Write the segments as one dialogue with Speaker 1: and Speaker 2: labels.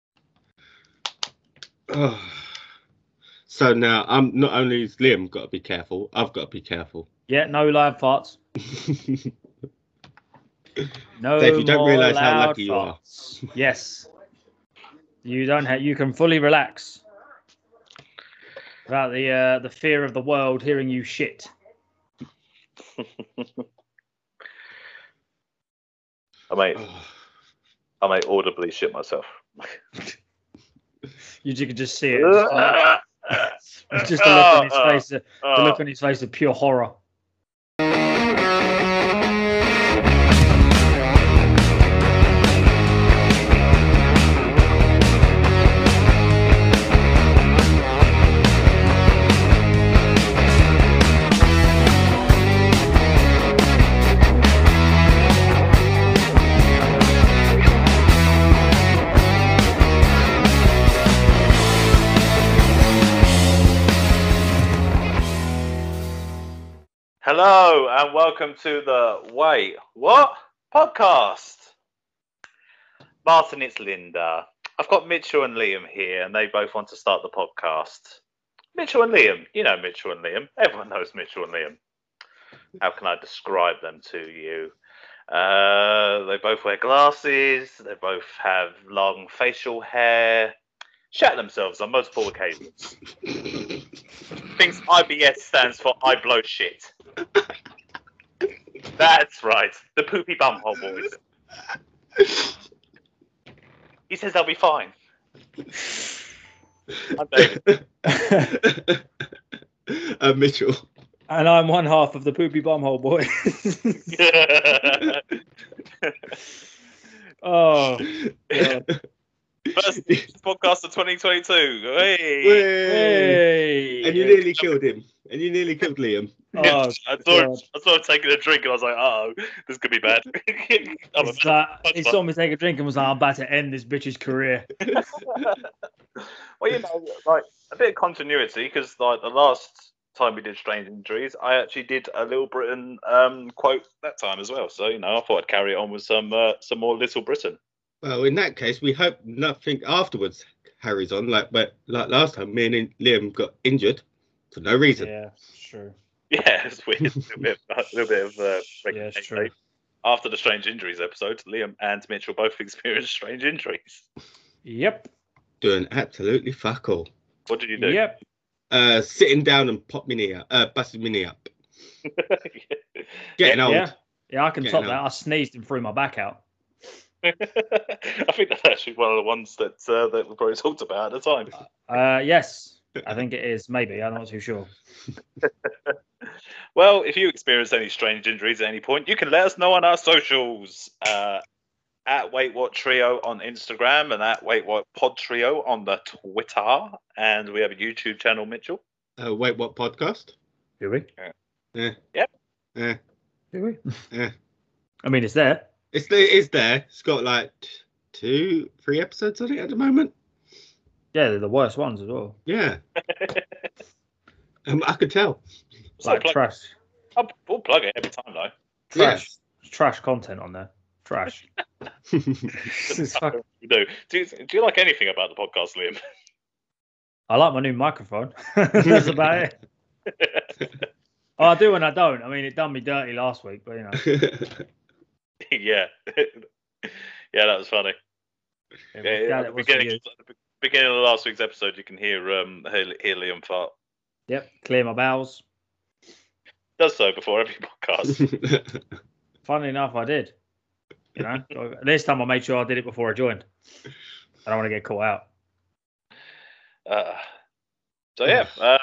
Speaker 1: Ugh. so now I'm not only has Liam got to be careful, I've got to be careful.
Speaker 2: Yeah, no loud farts. No
Speaker 1: Dave, you don't
Speaker 2: more
Speaker 1: realise how
Speaker 2: loud
Speaker 1: lucky you are.
Speaker 2: farts. yes. You don't have. You can fully relax without the uh, the fear of the world hearing you shit.
Speaker 3: I might,
Speaker 1: Ugh.
Speaker 3: I might audibly shit myself.
Speaker 2: You, you can just see it. Just, like- just the look on his face. uh, The look on his face of pure horror.
Speaker 3: Hello and welcome to the Wait What podcast. Martin, it's Linda. I've got Mitchell and Liam here, and they both want to start the podcast. Mitchell and Liam, you know Mitchell and Liam. Everyone knows Mitchell and Liam. How can I describe them to you? Uh, they both wear glasses. They both have long facial hair. Shat themselves on multiple occasions. Thinks IBS stands for I blow shit. That's right. The poopy bumhole boys. He says they'll be fine. I'm David.
Speaker 1: uh, Mitchell.
Speaker 2: And I'm one half of the poopy bumhole boy. oh, God.
Speaker 3: First podcast of 2022. Hey.
Speaker 1: Hey.
Speaker 2: hey.
Speaker 1: And you nearly killed him. And you nearly killed Liam.
Speaker 2: Oh,
Speaker 3: I saw, him, I saw him taking a drink and I was like, oh, this could be bad. I'm a
Speaker 2: It's that
Speaker 3: punch
Speaker 2: he
Speaker 3: button.
Speaker 2: saw me take a drink and was like, I'm about to end this bitch's career.
Speaker 3: Well, you know, like a bit of continuity because like the last time we did strange injuries, I actually did a Little Britain um, quote that time as well. So you know, I thought I'd carry on with some uh, some more Little Britain.
Speaker 1: Well, in that case, we hope nothing afterwards carries on. Like, but like last time, me and Liam got injured for no reason.
Speaker 2: Yeah, sure.
Speaker 3: Yeah, it's weird. a little bit, of- a little bit of uh,
Speaker 2: Yeah, it's true.
Speaker 3: after the strange injuries episode, Liam and Mitchell both experienced strange injuries.
Speaker 2: Yep.
Speaker 1: Doing absolutely fuck all.
Speaker 3: What did you do?
Speaker 2: Yep.
Speaker 1: Uh, sitting down and pop me knee up, uh, busted me knee up. Getting
Speaker 3: Yeah,
Speaker 1: old.
Speaker 2: Yeah. Yeah, I can
Speaker 1: Yeah,
Speaker 2: top
Speaker 1: no.
Speaker 2: that. I sneezed and threw my back out.
Speaker 3: I think that's actually one of the ones that uh, that we probably talked about at the time.
Speaker 2: Uh, yes, I think it is. Maybe I'm not too sure.
Speaker 3: Well, if you experience any strange injuries at any point, you can let us know on our socials uh, at Wait What Trio on Instagram and at Wait What Pod Trio on the Twitter. And we have a YouTube channel, Mitchell.
Speaker 1: Uh, wait, what podcast?
Speaker 2: Do we?
Speaker 1: Yeah.
Speaker 3: Yep.
Speaker 1: Yeah.
Speaker 2: Do we?
Speaker 1: Yeah.
Speaker 2: I mean, it's there.
Speaker 1: It's there, it's there. It's got like t- two, three episodes on it at the moment.
Speaker 2: Yeah, they're the worst ones as well.
Speaker 1: Yeah. um, I could tell.
Speaker 3: So
Speaker 2: Like
Speaker 3: plug-
Speaker 2: trash,
Speaker 3: I'll- we'll plug it every time, though.
Speaker 2: trash, trash content on there. Trash. It's fuck-
Speaker 3: We do. Do, you, do you like anything about the podcast, Liam?
Speaker 2: I like my new microphone. That's about it. Oh, I do and I don't. I mean, it done me dirty last week, but you know,
Speaker 1: Yes.
Speaker 3: yeah. yeah, that was funny. Yeah,
Speaker 2: glad
Speaker 3: yeah,
Speaker 2: it
Speaker 3: at the
Speaker 2: wasn't
Speaker 3: beginning,
Speaker 2: you.
Speaker 3: at the beginning of last week's episode, you can hear, um, hear, hear Liam fart.
Speaker 2: Yep, clear my bowels.
Speaker 3: Does so before every podcast.
Speaker 2: Funnily enough, I did. You know, this time I made sure I did it before I joined. I don't want to get caught out.
Speaker 3: Uh, so yeah, uh,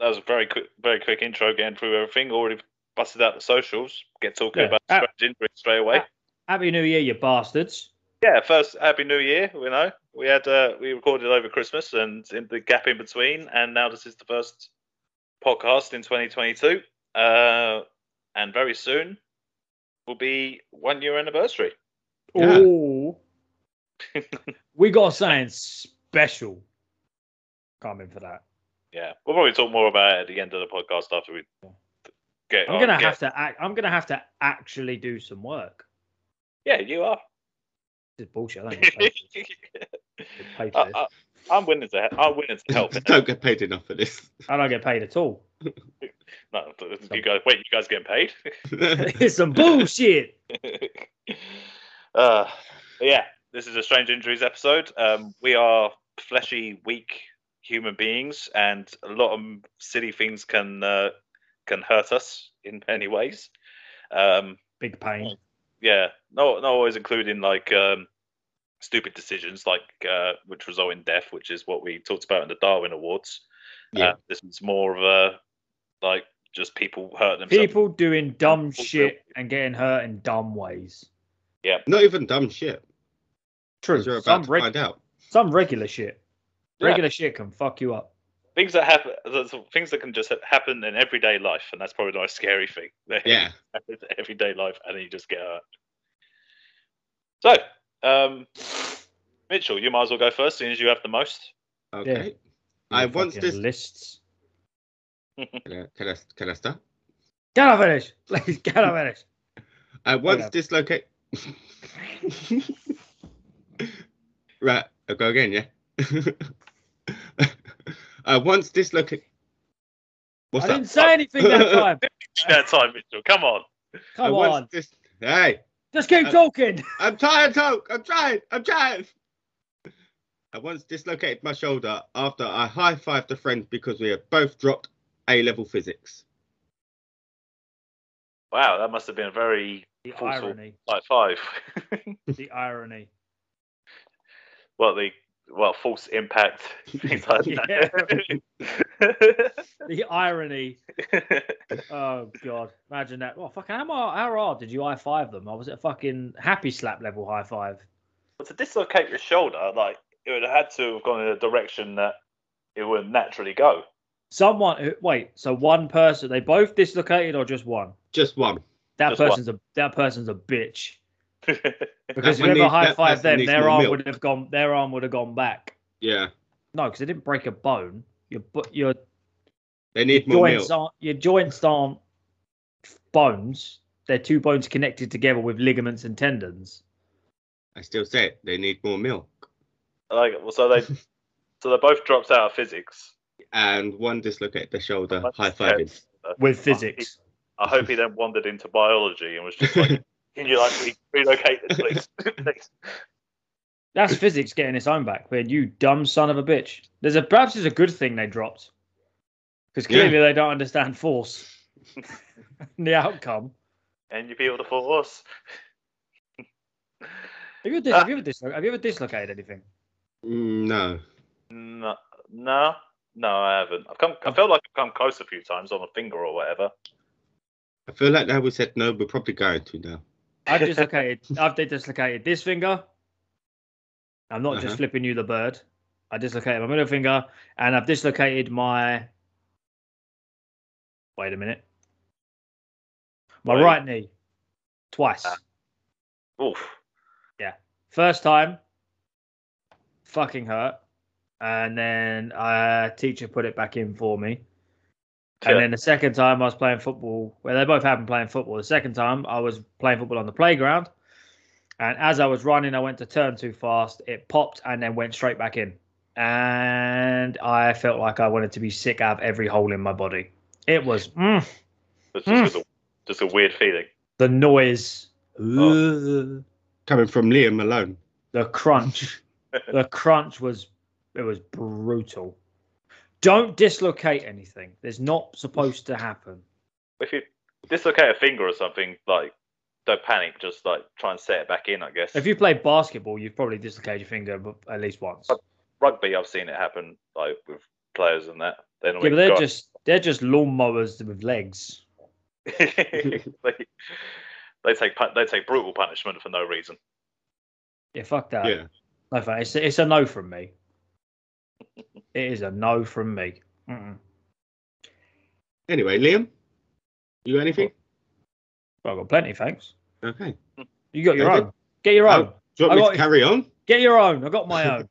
Speaker 3: that was a very quick, very quick intro. Getting through everything, already busted out the socials. Get talking
Speaker 2: Yeah.
Speaker 3: about
Speaker 2: Ah.
Speaker 3: strange injuries straight away.
Speaker 2: Ah. Happy New Year, you bastards.
Speaker 3: Yeah, first happy New Year. You know, we had uh, we recorded over Christmas and in the gap in between, and now this is the first podcast in 2022. Uh, and very soon will be one year anniversary.
Speaker 1: Yeah.
Speaker 2: Ooh. Oh, we got something special coming for that.
Speaker 3: Yeah, we'll probably talk more about it at the end of the podcast after we get.
Speaker 2: I'm gonna
Speaker 3: get-
Speaker 2: have to. Act, I'm gonna have to actually do some work.
Speaker 3: Yeah, you are.
Speaker 2: This is bullshit. I don't get paid for this.
Speaker 3: I,
Speaker 2: Paid for
Speaker 3: I,
Speaker 2: this.
Speaker 3: I'm willing to. I'm willing to help.
Speaker 1: Don't get paid enough for this.
Speaker 2: I don't get paid at all.
Speaker 3: No, you guys. Wait, you guys getting paid?
Speaker 2: it's some bullshit.
Speaker 3: uh, yeah, this is a strange injuries episode. Um, we are fleshy, weak human beings, and a lot of silly things can uh, can hurt us in many ways. Um,
Speaker 2: Big pain.
Speaker 3: yeah, no, not always including like um, stupid decisions, like uh, which result in death, which is what we talked about in the Darwin Awards.
Speaker 1: Yeah.
Speaker 3: Uh, this is more of a like just people hurt themselves.
Speaker 2: People doing dumb shit and getting hurt in dumb ways.
Speaker 1: Not even dumb shit.
Speaker 2: True.
Speaker 1: as You're
Speaker 2: Some,
Speaker 1: about to
Speaker 2: reg-
Speaker 1: find out.
Speaker 2: some regular shit.
Speaker 3: Yeah.
Speaker 2: Regular shit can fuck you up.
Speaker 3: things that happen, that's- things that can just happen in everyday life, and that's probably not a scary thing.
Speaker 1: Yeah.
Speaker 3: happens in everyday life, and then you just get hurt. So, um, Mitchell, you might as well go first, seeing as you have the most.
Speaker 1: Okay.
Speaker 2: You
Speaker 1: I once
Speaker 2: fucking
Speaker 1: this.
Speaker 2: lists.
Speaker 1: Can I, can I can I start?
Speaker 2: Get off of this, please. Get off of this.
Speaker 1: I once
Speaker 2: up.
Speaker 1: dislocate. right, I'll go again, yeah? I once dislocate. What's
Speaker 2: I
Speaker 1: that?
Speaker 2: didn't say anything that time.
Speaker 3: That time, Mitchell. Come on.
Speaker 1: I
Speaker 2: Come
Speaker 1: once uh,
Speaker 2: on,
Speaker 1: dis- hey,
Speaker 2: just keep
Speaker 1: I-
Speaker 2: talking.
Speaker 1: I'm trying, Toke. I'm trying. I'm trying. I once dislocated my shoulder after I high fived a friend because we had both dropped A level physics.
Speaker 3: Wow, that must have been a very
Speaker 2: The
Speaker 3: Awful.
Speaker 2: irony.
Speaker 3: like five.
Speaker 2: The irony.
Speaker 3: well, the well, false impact. Things like that.
Speaker 2: The irony. Oh god, imagine that. Well, fucking how hard, how hard did you high five them? I was at a fucking happy slap level high five.
Speaker 3: But to dislocate your shoulder, like it would have had to have gone in a direction that it would naturally go.
Speaker 2: Someone who, wait, so one person they both dislocated or just one?
Speaker 1: Just one.
Speaker 2: That
Speaker 3: Just one.
Speaker 2: person's a that person's a bitch. Because
Speaker 1: That one
Speaker 2: whoever
Speaker 1: needs-
Speaker 2: high
Speaker 1: that
Speaker 2: fived
Speaker 1: person
Speaker 2: them,
Speaker 1: needs
Speaker 2: their
Speaker 1: more
Speaker 2: arm
Speaker 1: milk.
Speaker 2: would have gone their arm would have gone back.
Speaker 1: Yeah.
Speaker 2: No, because they didn't break a bone. Your bu- your
Speaker 1: They need more
Speaker 2: joints
Speaker 1: milk.
Speaker 2: aren't your joints aren't bones. They're two bones connected together with ligaments and tendons.
Speaker 1: I still say it. They need more milk.
Speaker 3: like, well, so they, so they both dropped out of physics.
Speaker 1: And one dislocated the shoulder,
Speaker 3: That's
Speaker 1: high fiving.
Speaker 2: With physics.
Speaker 3: I hope he then wandered into biology and was just like, "Can you like re- relocate this, please?" Please."
Speaker 2: That's physics getting its own back, man. You dumb son of a bitch. There's a perhaps it's a good thing they dropped. Because
Speaker 1: Yeah.
Speaker 2: clearly they don't understand force. the outcome.
Speaker 3: and you feel the force.
Speaker 2: Have you, dis-
Speaker 1: Uh.
Speaker 3: Ah.
Speaker 2: have, you ever dislo- have you ever dislocated anything?
Speaker 1: Mm, No.
Speaker 3: No, no, no, I haven't. I've come. I felt like I've come close a few times on a finger or whatever.
Speaker 1: I feel like now we said no, we're probably going to now.
Speaker 2: I've dislocated. I've de- dislocated this finger. I'm not
Speaker 1: Uh-huh.
Speaker 2: just flipping you the bird. I dislocated my middle finger, and I've dislocated my. Wait a minute. My
Speaker 3: Wait.
Speaker 2: right knee, twice.
Speaker 3: Ah. Oof.
Speaker 2: First time, fucking hurt, and then a teacher put it back in for me. And
Speaker 3: Yeah.
Speaker 2: then the second time I was playing football, well, they both happened playing football. The second time I was playing football on the playground. And as I was running, I went to turn too fast. It popped and then went straight back in. And I felt like I wanted to be sick out of every hole in my body. It was mm,
Speaker 3: It's just,
Speaker 2: Hmm.
Speaker 3: a, just a weird feeling.
Speaker 2: the noise,
Speaker 1: Coming from Liam alone.
Speaker 2: the crunch. the crunch was, it was brutal. Don't dislocate anything. There's not supposed to happen.
Speaker 3: If you dislocate a finger or something, like don't panic. Just like try and set it back in. I guess.
Speaker 2: If you play basketball, you've probably dislocated your finger b- at least once.
Speaker 3: rugby, I've seen it happen like with players and that. Then
Speaker 2: Yeah, but they're just they're just lawnmowers with legs.
Speaker 3: they, they take pun- they take brutal punishment for no reason.
Speaker 2: Yeah, fuck that.
Speaker 1: Yeah.
Speaker 2: No, fuck- it's it's a no from me. it is a no from me. Mm-mm.
Speaker 1: Anyway, Liam, you got anything?
Speaker 2: Well, I've got plenty, thanks.
Speaker 1: Okay.
Speaker 2: You got your
Speaker 1: Okay.
Speaker 2: own. Get your own.
Speaker 1: Do you
Speaker 2: Oh. I
Speaker 1: want me
Speaker 2: got
Speaker 1: to
Speaker 2: it.
Speaker 1: carry on?
Speaker 2: Get your own. I got my own.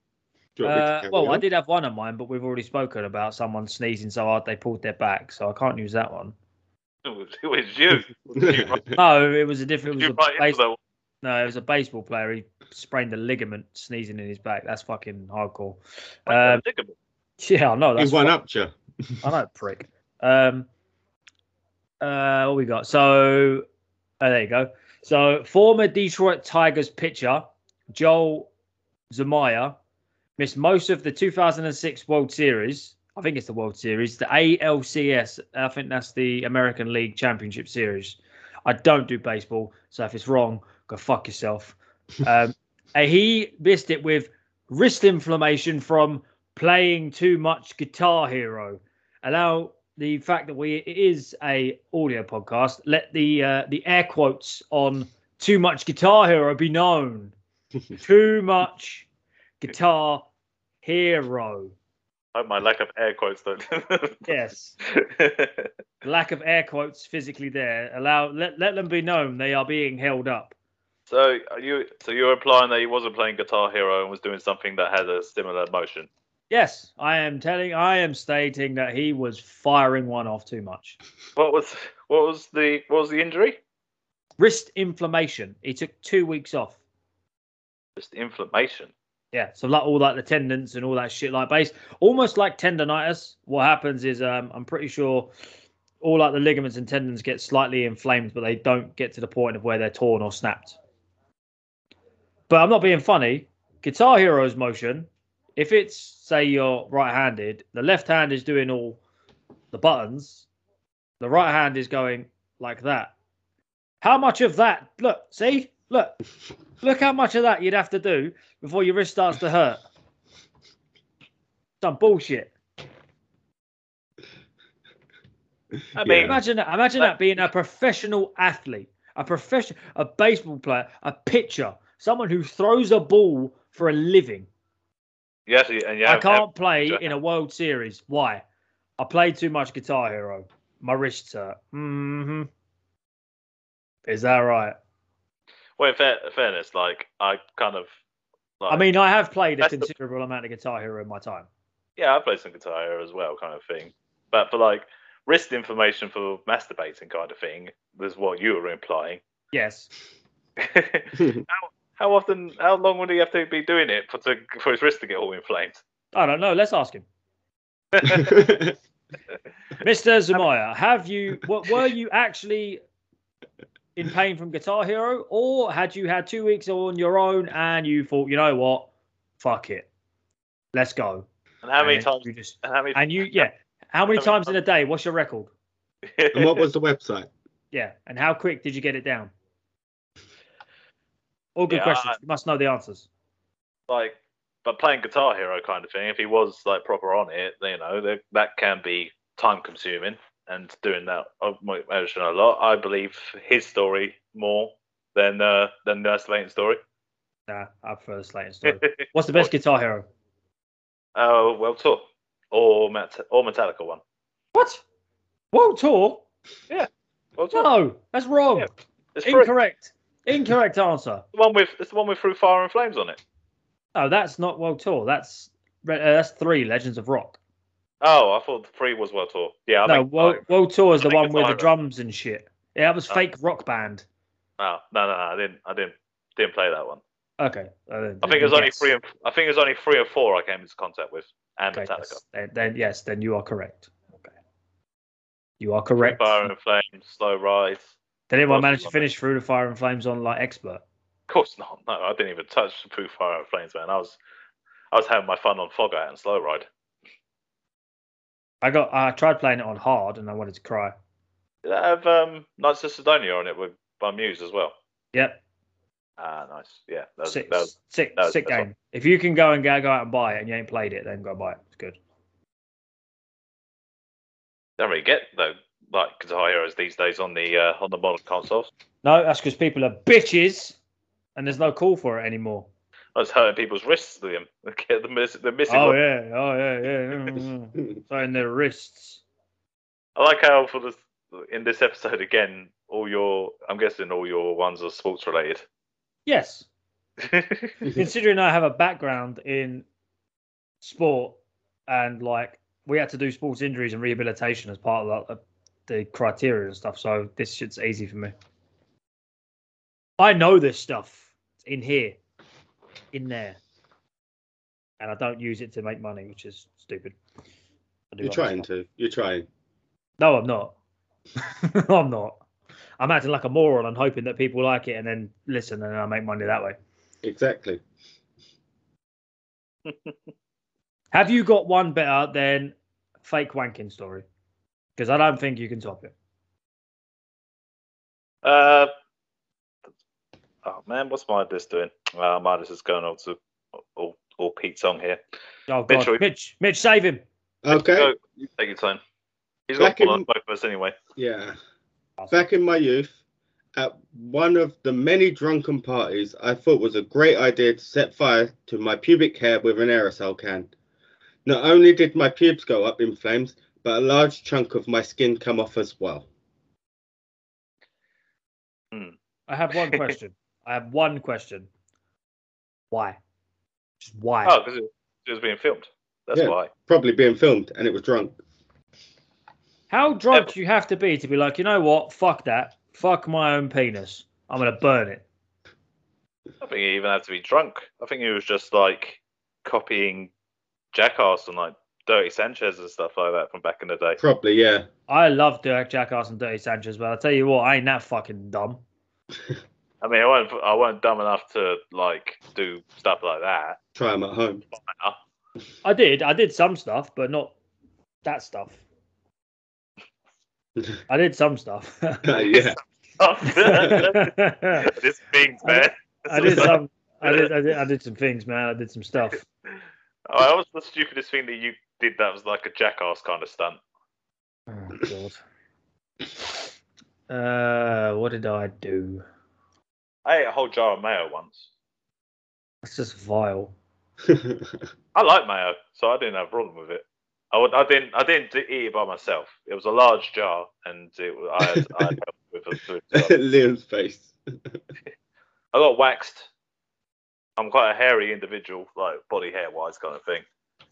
Speaker 1: Do you want me to
Speaker 2: Uh,
Speaker 1: carry
Speaker 2: well, I
Speaker 1: on?
Speaker 2: did have one of mine, but we've already spoken about someone sneezing so hard they pulled their back, so I can't use that one.
Speaker 3: It was you.
Speaker 2: No, it was a different. It was a
Speaker 3: You right into
Speaker 2: place,
Speaker 3: the
Speaker 2: No, it was a baseball player. He sprained a ligament sneezing in his back. That's fucking hardcore. Um, yeah, I know.
Speaker 1: He
Speaker 2: That's
Speaker 1: won up you.
Speaker 2: I know, prick. Um, uh, what we got? So, oh, there you go. So, former Detroit Tigers pitcher Joel Zamaya missed most of the 2006 World Series. I think it's the World Series, the ALCS. I think that's the American League Championship Series. I don't do baseball, so if it's wrong, go fuck yourself. Um, and he missed it with wrist inflammation from playing too much Guitar Hero. Allow the fact that we it is a audio podcast. Let the uh, the air quotes on too much Guitar Hero be known. too much Guitar Hero.
Speaker 3: Oh, my lack of air quotes don't.
Speaker 2: Yes. Lack of air quotes physically there. Allow let let them be known they are being held up.
Speaker 3: so are you so you're implying that he wasn't playing Guitar Hero and was doing something that had a similar motion.
Speaker 2: Yes, I am telling I am stating that he was firing one off too much.
Speaker 3: What was what was the what was the injury?
Speaker 2: wrist inflammation. He took two weeks off.
Speaker 3: Just inflammation.
Speaker 2: Yeah, so like all like the tendons and all that shit like base, almost like tendonitis. What happens is um, I'm pretty sure all like the ligaments and tendons get slightly inflamed, but they don't get to the point of where they're torn or snapped. But I'm not being funny. Guitar Hero's motion, if it's say you're right-handed, the left hand is doing all the buttons, the right hand is going like that. How much of that? Look, see, look, look how much of that you'd have to do before your wrist starts to hurt. Some bullshit.
Speaker 3: I
Speaker 1: mean-
Speaker 3: mean,
Speaker 2: Imagine that. Imagine that being a professional athlete, a professional, a baseball player, a pitcher, someone who throws a ball for a living.
Speaker 3: you actually, and you
Speaker 2: I
Speaker 3: have-
Speaker 2: can't play in a World Series. Why? I played too much Guitar Hero. My wrists hurt. hmm Is that right?
Speaker 3: Well, in fair, fairness, like I kind of. Like,
Speaker 2: I mean, I have played a
Speaker 3: That's the-
Speaker 2: considerable amount of Guitar Hero in my time.
Speaker 3: yeah, I play some guitar Hero as well, kind of thing. But for like wrist information for masturbating, kind of thing, is what you were implying.
Speaker 2: Yes.
Speaker 3: how often? How long would he have to be doing it for to, for his wrist to get all inflamed?
Speaker 2: I don't know. Let's ask him. Mr. Zamaya, have you what were you actually in pain from Guitar Hero, or had you had two weeks on your own and you thought, you know what, fuck it, let's go?
Speaker 3: And how many
Speaker 2: And
Speaker 3: times?
Speaker 2: You just,
Speaker 3: And how many?
Speaker 2: and you, yeah. How many
Speaker 3: How many
Speaker 2: times in a day? What's your record?
Speaker 1: and what was the website?
Speaker 2: Yeah. And how quick did you get it down? All good
Speaker 3: Yeah,
Speaker 2: questions.
Speaker 3: I-
Speaker 2: You must know the answers.
Speaker 3: like but playing guitar hero kind of thing if he was like proper on it you know that that can be time consuming and doing that of my motion a lot i believe his story more than uh than nurse lane's story
Speaker 2: Nah, I prefer the Slayton story. What's the best Guitar Hero?
Speaker 3: oh well tour or Met- or metallica one
Speaker 2: What? World Tour?
Speaker 3: well tour.
Speaker 2: No, that's wrong.
Speaker 3: Yeah, it's free.
Speaker 2: Incorrect. Incorrect answer.
Speaker 3: the one with it's the one with through fire and flames on it
Speaker 2: No, Oh, that's not World Tour. That's uh, that's three Legends of Rock.
Speaker 3: oh i thought three was well tour yeah I
Speaker 2: no,
Speaker 3: think-
Speaker 2: World, World Tour is
Speaker 3: I
Speaker 2: the
Speaker 3: think
Speaker 2: one
Speaker 3: it's
Speaker 2: with the
Speaker 3: Iron.
Speaker 2: drums and shit. Yeah, that was
Speaker 3: Oh.
Speaker 2: fake rock band.
Speaker 3: no no no no, i didn't i didn't didn't play that one
Speaker 2: Okay. uh,
Speaker 3: i think it was only
Speaker 2: yes.
Speaker 3: three and, i think it was only three or four i came into contact with and
Speaker 2: Okay,
Speaker 3: metallica
Speaker 2: yes. Then, then yes, then you are correct. Okay. You are
Speaker 3: Free
Speaker 2: correct.
Speaker 3: Fire and Flame, Slow Rise.
Speaker 2: Did anyone
Speaker 3: Well,
Speaker 2: manage to
Speaker 3: well,
Speaker 2: finish through the Fire and Flames on like expert?
Speaker 3: Of course not. No, I didn't even touch Free Fire and Flames, man. I was, I was having my fun on Fog Out and Slow Ride.
Speaker 2: I got I tried playing it on hard and I wanted to cry.
Speaker 3: Did that have um, Knights of Sidonia on it with by Muse as well?
Speaker 2: Yep.
Speaker 3: Ah, nice. Yeah, that was,
Speaker 2: Sick
Speaker 3: that was-
Speaker 2: sick
Speaker 3: that was-
Speaker 2: sick
Speaker 3: that's
Speaker 2: game. If you can go and go, go out and buy it and you ain't played it, then go buy it. It's good.
Speaker 3: don't really get though like Guitar Heroes these days on the uh, on the modern consoles.
Speaker 2: No, that's because people are bitches and there's no call for it anymore.
Speaker 3: I was hurting people's wrists with them. They're, miss, they're missing.
Speaker 2: Oh
Speaker 3: one.
Speaker 2: yeah, oh yeah, yeah. mm, mm. so in their wrists.
Speaker 3: I like how for this in this episode again, all your I'm guessing all your ones are sports related.
Speaker 2: Yes. Considering I have a background in sport and like we had to do sports injuries and rehabilitation as part of the, the criteria and stuff, so this shit's easy for me. I know this stuff It's in here, in there, and I don't use it to make money, which is stupid. I do
Speaker 1: You're
Speaker 2: other
Speaker 1: trying
Speaker 2: stuff.
Speaker 1: to. You're trying.
Speaker 2: No, I'm not. I'm not. I'm acting like a moron and hoping that people like it and then listen and then I make money that way.
Speaker 1: Exactly.
Speaker 2: Have you got one better than fake wanking story? Because I don't think you can top it.
Speaker 3: Uh, oh man, what's Midas doing? Uh, Midas is going all to all, all Pete's on here.
Speaker 2: Oh God,
Speaker 3: Mitch, we-
Speaker 2: Mitch, Mitch, save him.
Speaker 1: Okay.
Speaker 3: Go, you take your time. He's got
Speaker 1: Back in-
Speaker 3: one on both of us anyway.
Speaker 1: Yeah. Back in my youth, at one of the many drunken parties, I thought was a great idea to set fire to my pubic hair with an aerosol can. Not only did my pubes go up in flames, but a large chunk of my skin come off as well.
Speaker 2: I have one question. I have one question. Why? Just why?
Speaker 3: Oh, because it, it was being filmed. That's
Speaker 1: Yeah.
Speaker 3: why.
Speaker 1: Probably being filmed, and it was drunk.
Speaker 2: How drunk
Speaker 3: Ever.
Speaker 2: do you have to be to be like, you know what? Fuck that. Fuck my own penis. I'm gonna burn it.
Speaker 3: I think he even had to be drunk. I think he was just like copying Jackass and like Dirty Sanchez and stuff like that from back in the day.
Speaker 1: Probably, yeah.
Speaker 2: I love Dirk Jackass and Dirty Sanchez, but I tell you what, I ain't that fucking dumb.
Speaker 3: I mean, I wasn't I wasn't dumb enough to like do stuff like that.
Speaker 1: Try them at home.
Speaker 2: I did, I did some stuff, but not that stuff. I did some stuff.
Speaker 1: yeah.
Speaker 3: this thing's man.
Speaker 2: I did some. I did, I did. I did some things, man. I did some stuff.
Speaker 3: Oh, that was the stupidest thing that you did. That was like a jackass kind of stunt.
Speaker 2: Oh god. Uh, what did I do?
Speaker 3: I ate a whole jar of mayo once.
Speaker 2: That's just vile.
Speaker 3: I like mayo, so I didn't have a problem with it. I, would, I didn't. I didn't d- eat it by myself. It was a large jar, and it, wa- I had, I had help with the food. as well.
Speaker 1: Liam's face.
Speaker 3: I got waxed. I'm quite a hairy individual, like body hair wise, kind of thing.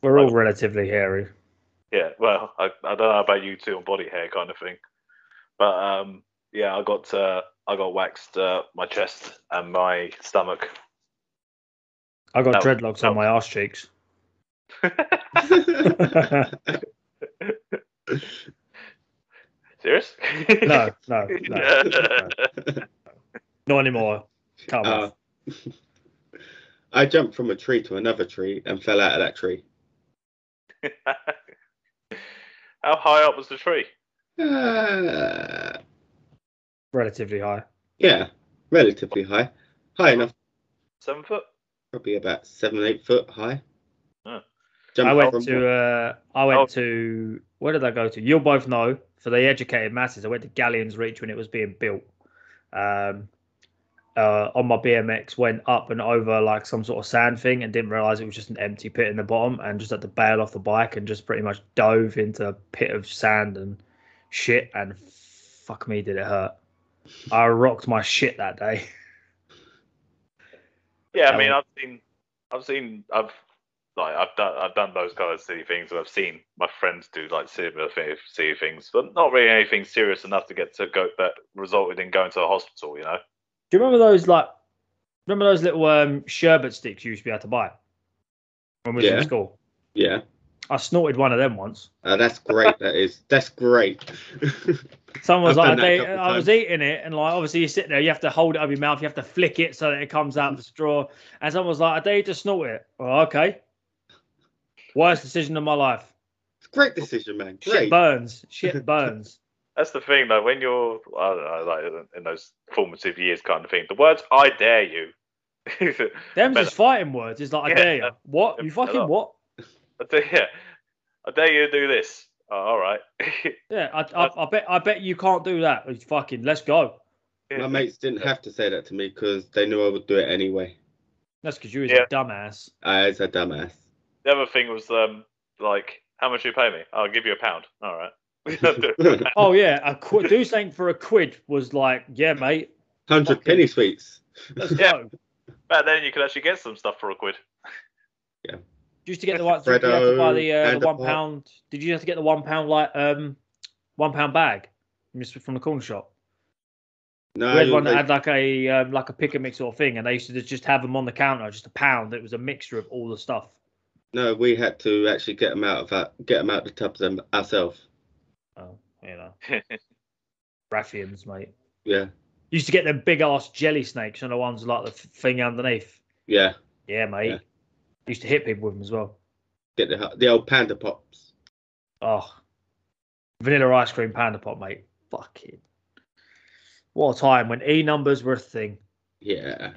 Speaker 2: We're all relatively hairy.
Speaker 3: Yeah, well, I, I don't know about you two on body hair kind of thing, but um, yeah, I got uh, I got waxed uh, my chest and my stomach.
Speaker 2: I got
Speaker 3: That-
Speaker 2: dreadlocks on my arse cheeks.
Speaker 3: Serious?
Speaker 2: No, no, no, not anymore. Come
Speaker 1: Uh,
Speaker 2: on.
Speaker 1: I jumped from a tree to another tree and fell out of that tree.
Speaker 3: How high up was the tree?
Speaker 1: Uh,
Speaker 2: relatively high.
Speaker 1: yeah, relatively high. High enough,
Speaker 3: Seven foot.
Speaker 1: probably about seven, eight foot high.
Speaker 3: Huh.
Speaker 1: Jumped
Speaker 2: I
Speaker 1: from-
Speaker 2: went to. Uh, I went
Speaker 3: Oh.
Speaker 2: to. Where did I go to? You'll both know for the educated masses. I went to Galleon's Reach when it was being built. Um, uh, on my BMX, went up and over like some sort of sand thing, and didn't realize it was just an empty pit in the bottom, and just had to bail off the bike and just pretty much dove into a pit of sand and shit, and fuck me, did it hurt. I rocked my shit that day.
Speaker 3: Yeah, I
Speaker 2: That
Speaker 3: mean,
Speaker 2: one.
Speaker 3: I've seen, I've seen, I've like, I've done, I've done those kind of silly things. and I've seen my friends do like similar thi- silly things, but not really anything serious enough to get to go that resulted in going to the hospital. You know?
Speaker 2: Do you remember those like remember those little um sherbet sticks you used to be able to buy when we was
Speaker 1: Yeah.
Speaker 2: in school?
Speaker 1: Yeah,
Speaker 2: I snorted one of them once.
Speaker 1: uh, that's great. that is. That's great.
Speaker 2: Someone was
Speaker 1: I've done
Speaker 2: like,
Speaker 1: that a
Speaker 2: they,
Speaker 1: couple
Speaker 2: I was eating it, and like obviously you sit there, you have to hold it over your mouth, you have to flick it so that it comes out the straw. And someone was like, I dare you to snort it. Oh, okay. Worst decision of my life.
Speaker 1: great decision, man.
Speaker 2: Shit
Speaker 1: Great.
Speaker 2: burns. Shit burns.
Speaker 3: That's the thing, though. When you're, I don't know, like in those formative years, kind of thing. The words "I dare you," I
Speaker 2: Them
Speaker 3: Better.
Speaker 2: just fighting words. It's like, I
Speaker 3: Yeah.
Speaker 2: dare you. What? You
Speaker 3: Yeah, better.
Speaker 2: fucking what?
Speaker 3: dare, yeah, I dare you to do this. Oh, all right.
Speaker 2: Yeah, I, I, I bet I bet you can't do that. It's fucking, let's go.
Speaker 1: My mates didn't have to say that to me because they knew I would do it anyway.
Speaker 2: That's because you was
Speaker 3: Yeah.
Speaker 2: a dumbass.
Speaker 1: I was a dumbass.
Speaker 3: The other thing was, um, like, how much you pay me? I'll give you a pound. All right.
Speaker 2: Oh yeah, a qu- do something for a quid was like, yeah, mate,
Speaker 1: Hundred penny sweets.
Speaker 2: let's
Speaker 3: Yeah.
Speaker 2: go.
Speaker 3: Back then, you could actually get some stuff for a quid.
Speaker 2: You used to get the one. Did you have to buy the, uh,
Speaker 1: Freddo,
Speaker 2: the one
Speaker 1: Vanderbilt.
Speaker 2: pound? Did you have to get the one pound like um one pound bag from the- from the corner shop?
Speaker 1: No,
Speaker 2: we had one
Speaker 1: they-
Speaker 2: that had like a um, like a pick and mix sort of thing, and they used to just have them on the counter, just a pound. It was a mixture of all the stuff.
Speaker 1: no, we had to actually get them out of that, get them out the tubs them ourselves.
Speaker 2: Oh, you know, raffians, mate.
Speaker 1: Yeah,
Speaker 2: Used to get them big ass jelly snakes, and the ones like the f- thing underneath.
Speaker 1: yeah.
Speaker 2: Yeah, mate.
Speaker 1: Yeah.
Speaker 2: Used to hit people with them as well.
Speaker 1: Get the the old panda pops.
Speaker 2: Oh, vanilla ice cream panda pop, mate. Fucking what a time when e numbers were a thing.
Speaker 1: Yeah,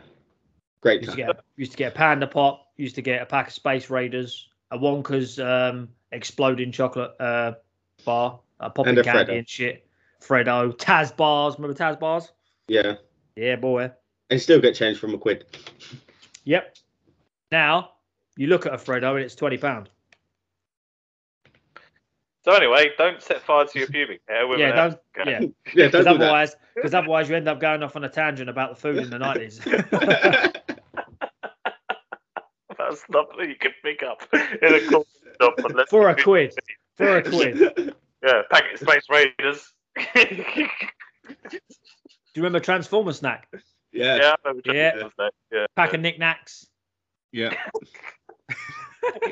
Speaker 1: great
Speaker 2: Used to
Speaker 1: time.
Speaker 2: get a, used to get a panda pop. Used to get a pack of Space Raiders, a Wonka's um, exploding chocolate uh, bar, a popping
Speaker 1: And a
Speaker 2: candy
Speaker 1: Freddo.
Speaker 2: and shit. Freddo, Taz bars. Remember Taz bars?
Speaker 1: Yeah,
Speaker 2: Yeah, boy.
Speaker 1: and still get changed from a quid.
Speaker 2: Yep. Now you look at a Freddo and it's twenty pound.
Speaker 3: So anyway, don't set fire to your pubic hair with
Speaker 2: Yeah,
Speaker 3: an
Speaker 2: don't,
Speaker 3: apple.
Speaker 1: Yeah,
Speaker 2: yeah.
Speaker 1: don't
Speaker 2: Because
Speaker 1: do that.
Speaker 2: otherwise, because otherwise you end up going off on a tangent about the food in the nineties.
Speaker 3: That's not that you can pick up in a coffee shop unless
Speaker 2: for a quid. For a quid. Do
Speaker 3: Yeah, packet space raiders. yeah,
Speaker 2: you remember Transformer snack?
Speaker 1: yeah.
Speaker 3: I remember
Speaker 2: Yeah.
Speaker 3: Japanese snack, yeah.
Speaker 2: Pack of knickknacks.
Speaker 4: Yeah.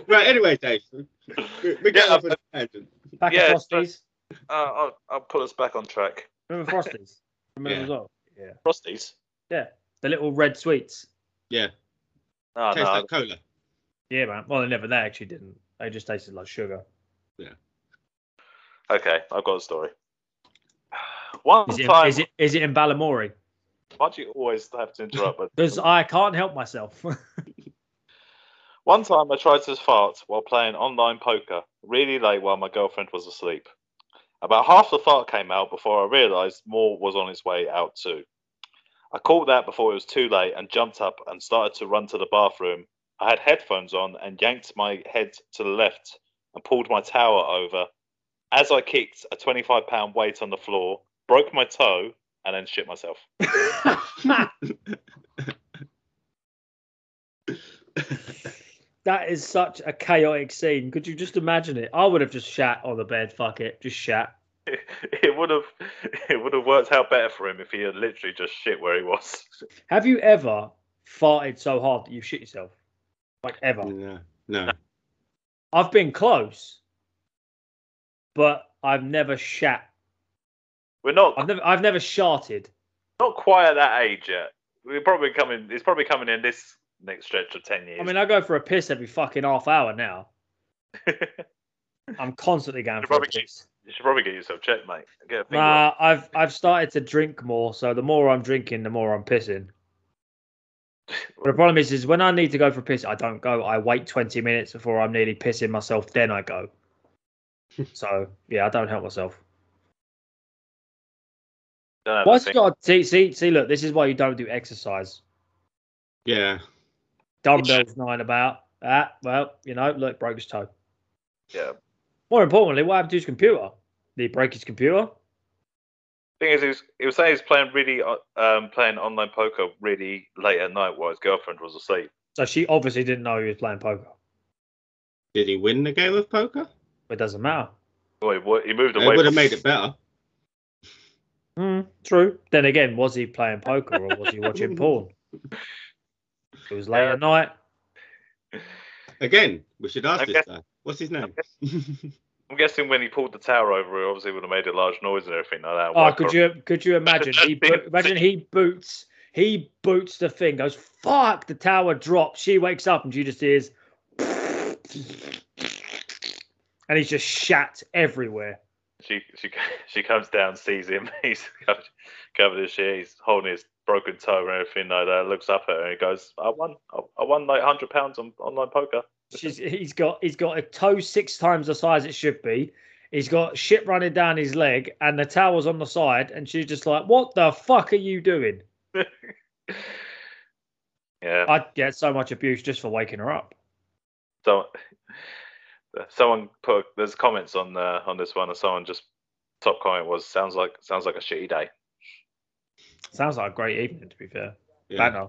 Speaker 1: Right. Anyway, Dave, we, we get
Speaker 3: Yeah,
Speaker 1: off on a tangent.
Speaker 2: Pack
Speaker 3: Yeah,
Speaker 2: of Frosties.
Speaker 3: Uh, I'll, I'll put us back on track.
Speaker 2: Remember Frosties? Remember them as well. Yeah.
Speaker 3: Frosties.
Speaker 2: The little red sweets.
Speaker 3: Oh,
Speaker 1: Taste
Speaker 3: no,
Speaker 1: like cola.
Speaker 2: Yeah, man. Well, they never. They actually didn't. They just tasted like sugar.
Speaker 3: Okay, I've got a story. One
Speaker 2: Is it?
Speaker 3: time,
Speaker 2: Is it? Is it in Balamori?
Speaker 3: why do you always have to interrupt? with-
Speaker 2: Because I can't help myself.
Speaker 3: One time I tried to fart while playing online poker, really late while my girlfriend was asleep. About half the fart came out before I realised more was on its way out too. I caught that before it was too late and jumped up and started to run to the bathroom. I had headphones on and yanked my head to the left and pulled my towel over. As I kicked a 25 pound weight on the floor, broke my toe, and then shit myself.
Speaker 2: that is such a chaotic scene. Could you just imagine it? I would have just shat on the bed. Fuck it, just shat.
Speaker 3: It would have it would have worked out better for him if he had literally just shit where he was.
Speaker 2: Have you ever farted so hard that you shit yourself? Like ever?
Speaker 1: No, no.
Speaker 2: I've been close, but I've never shat.
Speaker 3: We're not
Speaker 2: I've never. I've never sharted.
Speaker 3: not quite at that age yet. We're probably coming. It's probably coming in this next stretch of ten years.
Speaker 2: I mean, I go for a piss every fucking half hour now. I'm constantly going
Speaker 3: You're
Speaker 2: for a
Speaker 3: probably-
Speaker 2: piss.
Speaker 3: you should probably get yourself checked, mate. Get a finger up.
Speaker 2: Nah, I've I've started to drink more, so the more I'm drinking, the more I'm pissing. But the problem is, is when I need to go for a piss, I don't go. I wait 20 minutes before I'm nearly pissing myself. Then I go. so yeah, I don't help myself.
Speaker 3: Don't have a
Speaker 2: Why's
Speaker 3: finger.
Speaker 2: God? See, see, see. Look, this is why you don't do exercise.
Speaker 1: Yeah.
Speaker 2: Dumbbells nine about. Ah, well, you know, look, broke his toe.
Speaker 3: Yeah.
Speaker 2: More importantly, what happened to his computer? Did he break his computer?
Speaker 3: Thing is, he was, he was saying he's playing really uh, um, playing online poker really late at night while his girlfriend was asleep.
Speaker 2: So she obviously didn't know he was playing poker.
Speaker 1: Did he win the game of poker?
Speaker 2: It doesn't matter.
Speaker 3: Well, he, wa- he moved
Speaker 1: It
Speaker 3: away.
Speaker 1: would have
Speaker 3: from-
Speaker 1: made it better.
Speaker 2: Hmm, true. Then again, was he playing poker or was he watching porn? It was late
Speaker 3: Yeah.
Speaker 2: at night.
Speaker 1: Again, we should ask
Speaker 3: I
Speaker 1: this
Speaker 3: guess-
Speaker 1: guy. What's his name?
Speaker 3: I'm guessing when he pulled the tower over, he obviously would have made a large noise and everything like that.
Speaker 2: Oh,
Speaker 3: Why
Speaker 2: could
Speaker 3: cor-
Speaker 2: you could you imagine? He bo- imagine he boots he boots the thing, goes fuck. The tower drops. She wakes up and she just hears, and he's just shat everywhere.
Speaker 3: She she she comes down, sees him. He's covered, covered in shit. He's holding his broken toe and everything like that. Looks up at her and he goes, "I won. I, I won like hundred pounds on online poker."
Speaker 2: She's, he's got he's got a toe six times the size it should be. He's got shit running down his leg, and the towel's on the side, and she's just like, "What the fuck are you doing?"
Speaker 3: Yeah.
Speaker 2: I'd get so much abuse just for waking her up.
Speaker 3: So someone put there's comments on uh, on this one, and someone just top comment was sounds like sounds like a shitty day.
Speaker 2: Sounds like a great evening, to be fair.
Speaker 1: yeah.
Speaker 2: Banter,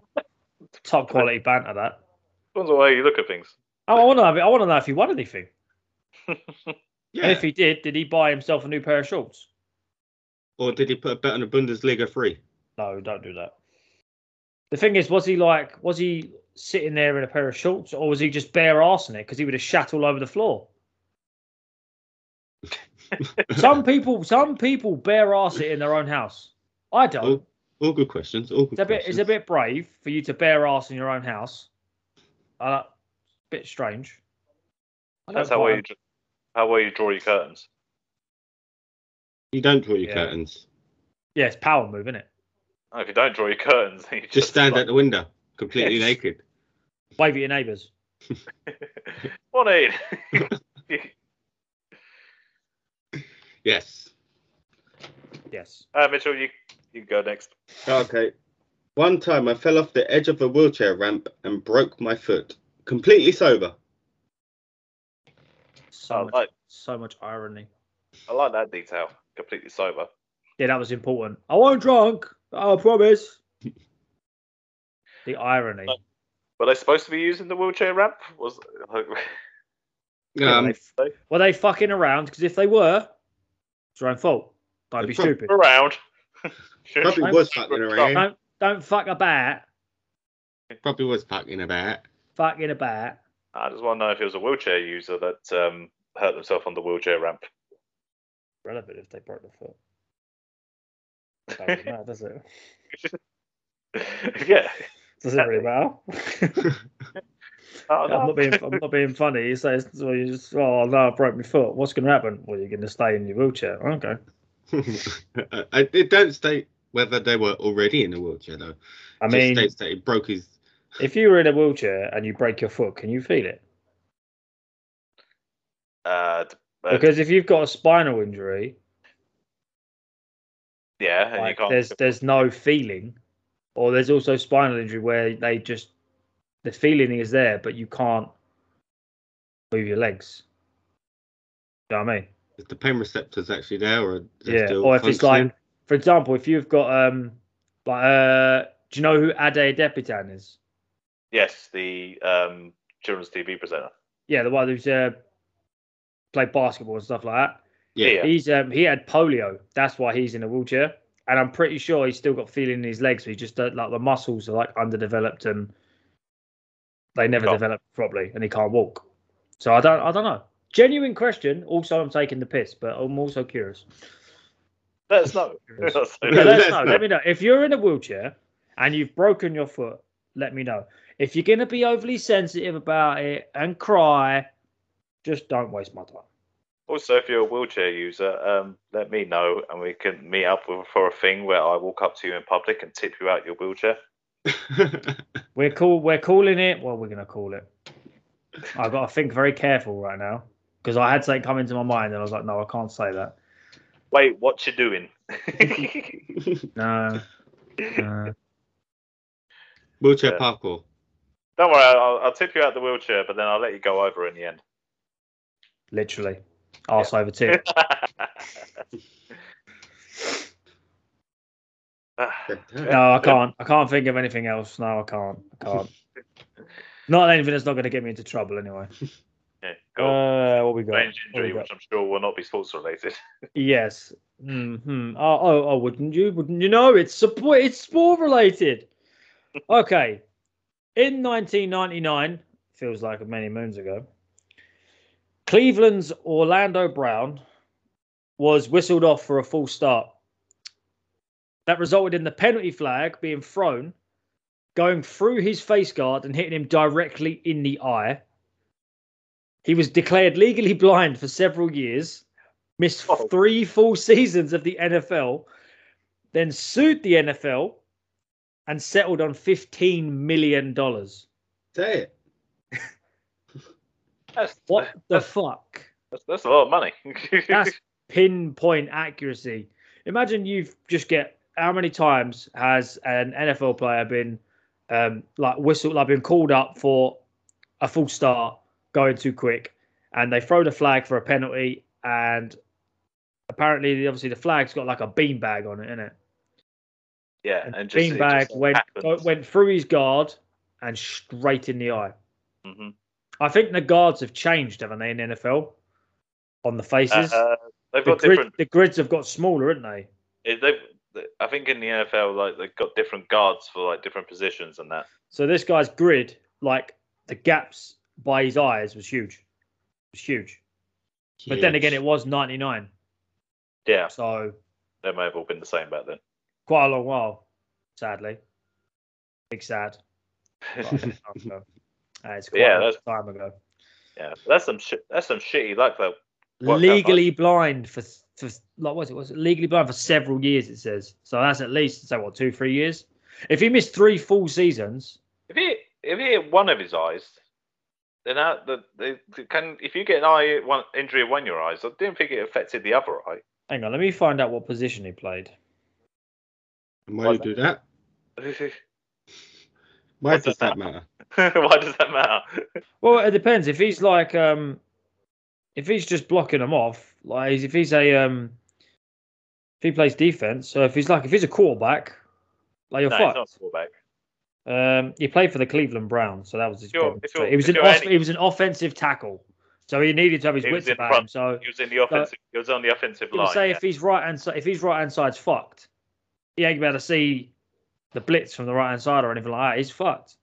Speaker 2: top quality banter. That.
Speaker 3: Depends on the way you look at things.
Speaker 2: Oh, I want to know. I want to know if he won anything. And
Speaker 1: yeah.
Speaker 2: if he did, did he buy himself a new pair of shorts?
Speaker 1: Or did he put a bet on the Bundesliga free?
Speaker 2: No, don't do that. The thing is, was he like, was he sitting there in a pair of shorts, or was he just bare arse in it? Because he would have shat all over the floor. some people, some people bare arse it in their own house. I don't.
Speaker 1: Oh, all good questions. All good
Speaker 2: It's a bit,
Speaker 1: questions.
Speaker 2: it's a bit brave for you to bare arse in your own house. Uh, bit strange. I don't
Speaker 3: That's how
Speaker 2: quite
Speaker 3: well you dr- how well you draw your curtains.
Speaker 1: You don't draw your
Speaker 2: Yeah.
Speaker 1: curtains.
Speaker 2: Yeah, it's power move, isn't it?
Speaker 3: Oh, if you don't draw your curtains, then you just,
Speaker 1: Just stand
Speaker 3: like,
Speaker 1: at the window, completely
Speaker 2: Yes.
Speaker 1: naked.
Speaker 2: Wave at your neighbours.
Speaker 3: What need?
Speaker 1: Yes.
Speaker 2: Yes.
Speaker 3: uh, Mitchell, you you go next.
Speaker 1: Okay. One time I fell off the edge of a wheelchair ramp and broke my foot. Completely sober.
Speaker 2: So,
Speaker 3: Oh, I
Speaker 2: much,
Speaker 3: Uh, like
Speaker 2: so much irony.
Speaker 3: I like that detail. Completely sober.
Speaker 2: Yeah, that was important. I wasn't drunk. I promise. the irony.
Speaker 3: No. Were they supposed to be using the wheelchair ramp? Was
Speaker 2: Yeah,
Speaker 1: Um,
Speaker 2: they f- were they fucking around? Because if they were, it's your own fault. Don't
Speaker 1: They
Speaker 2: be
Speaker 1: prob-
Speaker 2: stupid.
Speaker 3: around? Should-
Speaker 1: probably
Speaker 2: I'm-
Speaker 1: was fucking around.
Speaker 2: Don't don't fuck a bat.
Speaker 1: Probably was fucking about.
Speaker 2: Fucking a bat.
Speaker 3: I just want to know if it was a wheelchair user that um, hurt themselves on the wheelchair ramp.
Speaker 2: Relevant if they broke the foot. Don't really matter, does it?
Speaker 3: yeah.
Speaker 2: Doesn't really matter.
Speaker 3: Oh,
Speaker 2: I'm not being I'm not being funny. You say so you just oh no, I broke my foot. What's going to happen? Well, you're going to stay in your wheelchair. Okay.
Speaker 1: I, it don't state whether they were already in a wheelchair though.
Speaker 2: I
Speaker 1: Just
Speaker 2: mean,
Speaker 1: states that he broke his.
Speaker 2: if you were in a wheelchair and you break your foot, can you feel it?
Speaker 3: Uh, d- but-
Speaker 2: Because if you've got a spinal injury,
Speaker 3: yeah, and you
Speaker 2: like,
Speaker 3: can't.
Speaker 2: there's there's no feeling, or there's also spinal injury where they just the feeling is there, but you can't move your legs. You know what I mean?
Speaker 1: Is the pain receptors actually there, or they're
Speaker 2: yeah.
Speaker 1: still
Speaker 2: Or if it's
Speaker 1: functioning?
Speaker 2: like, for example, if you've got um, like uh, do you know who Ade Deputan is?
Speaker 3: Yes, the um, children's TV presenter.
Speaker 2: Yeah, the one who's uh, played basketball and stuff like that.
Speaker 1: yeah,
Speaker 3: Yeah.
Speaker 2: He's um, he had polio. That's why he's in a wheelchair. And I'm pretty sure he's still got feeling in his legs. But he just don't- like the muscles are like underdeveloped and they never
Speaker 3: Oh.
Speaker 2: develop properly, and he can't walk. So I don't I don't know. Genuine question. Also, I'm taking the piss, but I'm also curious.
Speaker 3: Let us know.
Speaker 2: Curious.
Speaker 3: That's-
Speaker 2: Yeah, let us
Speaker 1: Let us
Speaker 2: know.
Speaker 1: know.
Speaker 2: Let me know if you're in a wheelchair and you've broken your foot. Let me know if you're gonna be overly sensitive about it and cry. Just don't waste my time.
Speaker 3: Also, if you're a wheelchair user, um, let me know, and we can meet up with, for a thing where I walk up to you in public and tip you out your wheelchair.
Speaker 2: We're call we're calling it. Well, we're gonna call it. I've got to think very careful right now because I had something come into my mind and I was like, no, I can't say that.
Speaker 3: Wait, what you doing?
Speaker 2: No. no.
Speaker 1: wheelchair
Speaker 3: Yeah.
Speaker 1: parkour.
Speaker 3: Don't worry, I'll, I'll tip you out the wheelchair, but then I'll let you go over in the end.
Speaker 2: literally, arse over tip.
Speaker 3: Ah,
Speaker 2: No, I can't. I can't think of anything else. No, I can't. I can't. Not anything that's not going to get me into trouble anyway.
Speaker 3: Yeah, cool.
Speaker 2: Uh, what we got?
Speaker 3: Strange
Speaker 2: What we
Speaker 3: injury,
Speaker 2: got?
Speaker 3: which I'm sure will not be sports related.
Speaker 2: Yes. Hmm. Oh, oh, oh, wouldn't you? Wouldn't you know? It's support. It's sport related. Okay. In 1999, feels like many moons ago, Cleveland's Orlando Brown was whistled off for a false start. That resulted in the penalty flag being thrown, going through his face guard and hitting him directly in the eye. He was declared legally blind for several years missed
Speaker 3: Oh.
Speaker 2: three full seasons of the NFL, then sued the NFL and settled on $15 million.
Speaker 1: Say it.
Speaker 3: That's,
Speaker 2: What the fuck?
Speaker 3: That's, that's a lot of money.
Speaker 2: That's pinpoint accuracy. Imagine you just get how many times has an NFL player been um, like whistled, like been called up for a full start going too quick, and they throw the flag for a penalty, and apparently, obviously, the flag's got like a beanbag on it, innit?
Speaker 3: yeah,
Speaker 2: And,
Speaker 3: and just, it
Speaker 2: beanbag
Speaker 3: just
Speaker 2: went
Speaker 3: happens.
Speaker 2: went through his guard and straight in the eye.
Speaker 3: Mhm.
Speaker 2: I think the guards have changed, haven't they, in the NFL? On the faces,
Speaker 3: Uh, they've
Speaker 2: the,
Speaker 3: got
Speaker 2: grid,
Speaker 3: different.
Speaker 2: the grids have got smaller, haven't they?
Speaker 3: They've the- I think in the NFL, like they've got different guards for like different positions and that.
Speaker 2: So this guy's grid, like the gaps by his eyes, was huge. It was huge. But then again, it was 99,
Speaker 3: Yeah,
Speaker 2: so
Speaker 3: they may have all been the same back then.
Speaker 2: quite a long while. Sadly, big sad. Quite a long time ago. Uh, it's quite a
Speaker 3: Yeah,
Speaker 2: long
Speaker 3: that's-
Speaker 2: time ago.
Speaker 3: yeah, that's some sh- that's some shitty luck though. Worked out
Speaker 2: legally blind for for like what's it was it legally blind for several years it says so that's at least so what two three years if he missed three full seasons
Speaker 3: If he if he hit one of his eyes, then that the, the, the- can if you get an eye one injury of one of your eyes, I didn't think it affected the other eye.
Speaker 2: hang on let me find out what position he played
Speaker 1: Why you do that? Why
Speaker 3: What
Speaker 1: does
Speaker 3: does
Speaker 1: that matter?
Speaker 3: Why does that matter?
Speaker 2: well it depends if he's like um if he's just blocking them off like if he's a um if he plays defense so if he's like if he's a quarterback like you're
Speaker 3: no, he's
Speaker 2: fucked
Speaker 3: not a fullback.
Speaker 2: Um, he played for the Cleveland Browns, so that was his.
Speaker 3: If you're-
Speaker 2: problem.
Speaker 3: if you're-
Speaker 2: He was
Speaker 3: if
Speaker 2: an
Speaker 3: you're
Speaker 2: off,
Speaker 3: any-
Speaker 2: he was an offensive tackle, so he needed to have his
Speaker 3: He was
Speaker 2: wits
Speaker 3: in
Speaker 2: about
Speaker 3: front.
Speaker 2: him. So
Speaker 3: He was in the offensive. he was on the offensive
Speaker 2: people
Speaker 3: line.
Speaker 2: say
Speaker 3: yeah.
Speaker 2: if he's right hand side, if his right hand side's fucked, he ain't gonna be able to see the blitz from the right hand side or anything like that. He's fucked.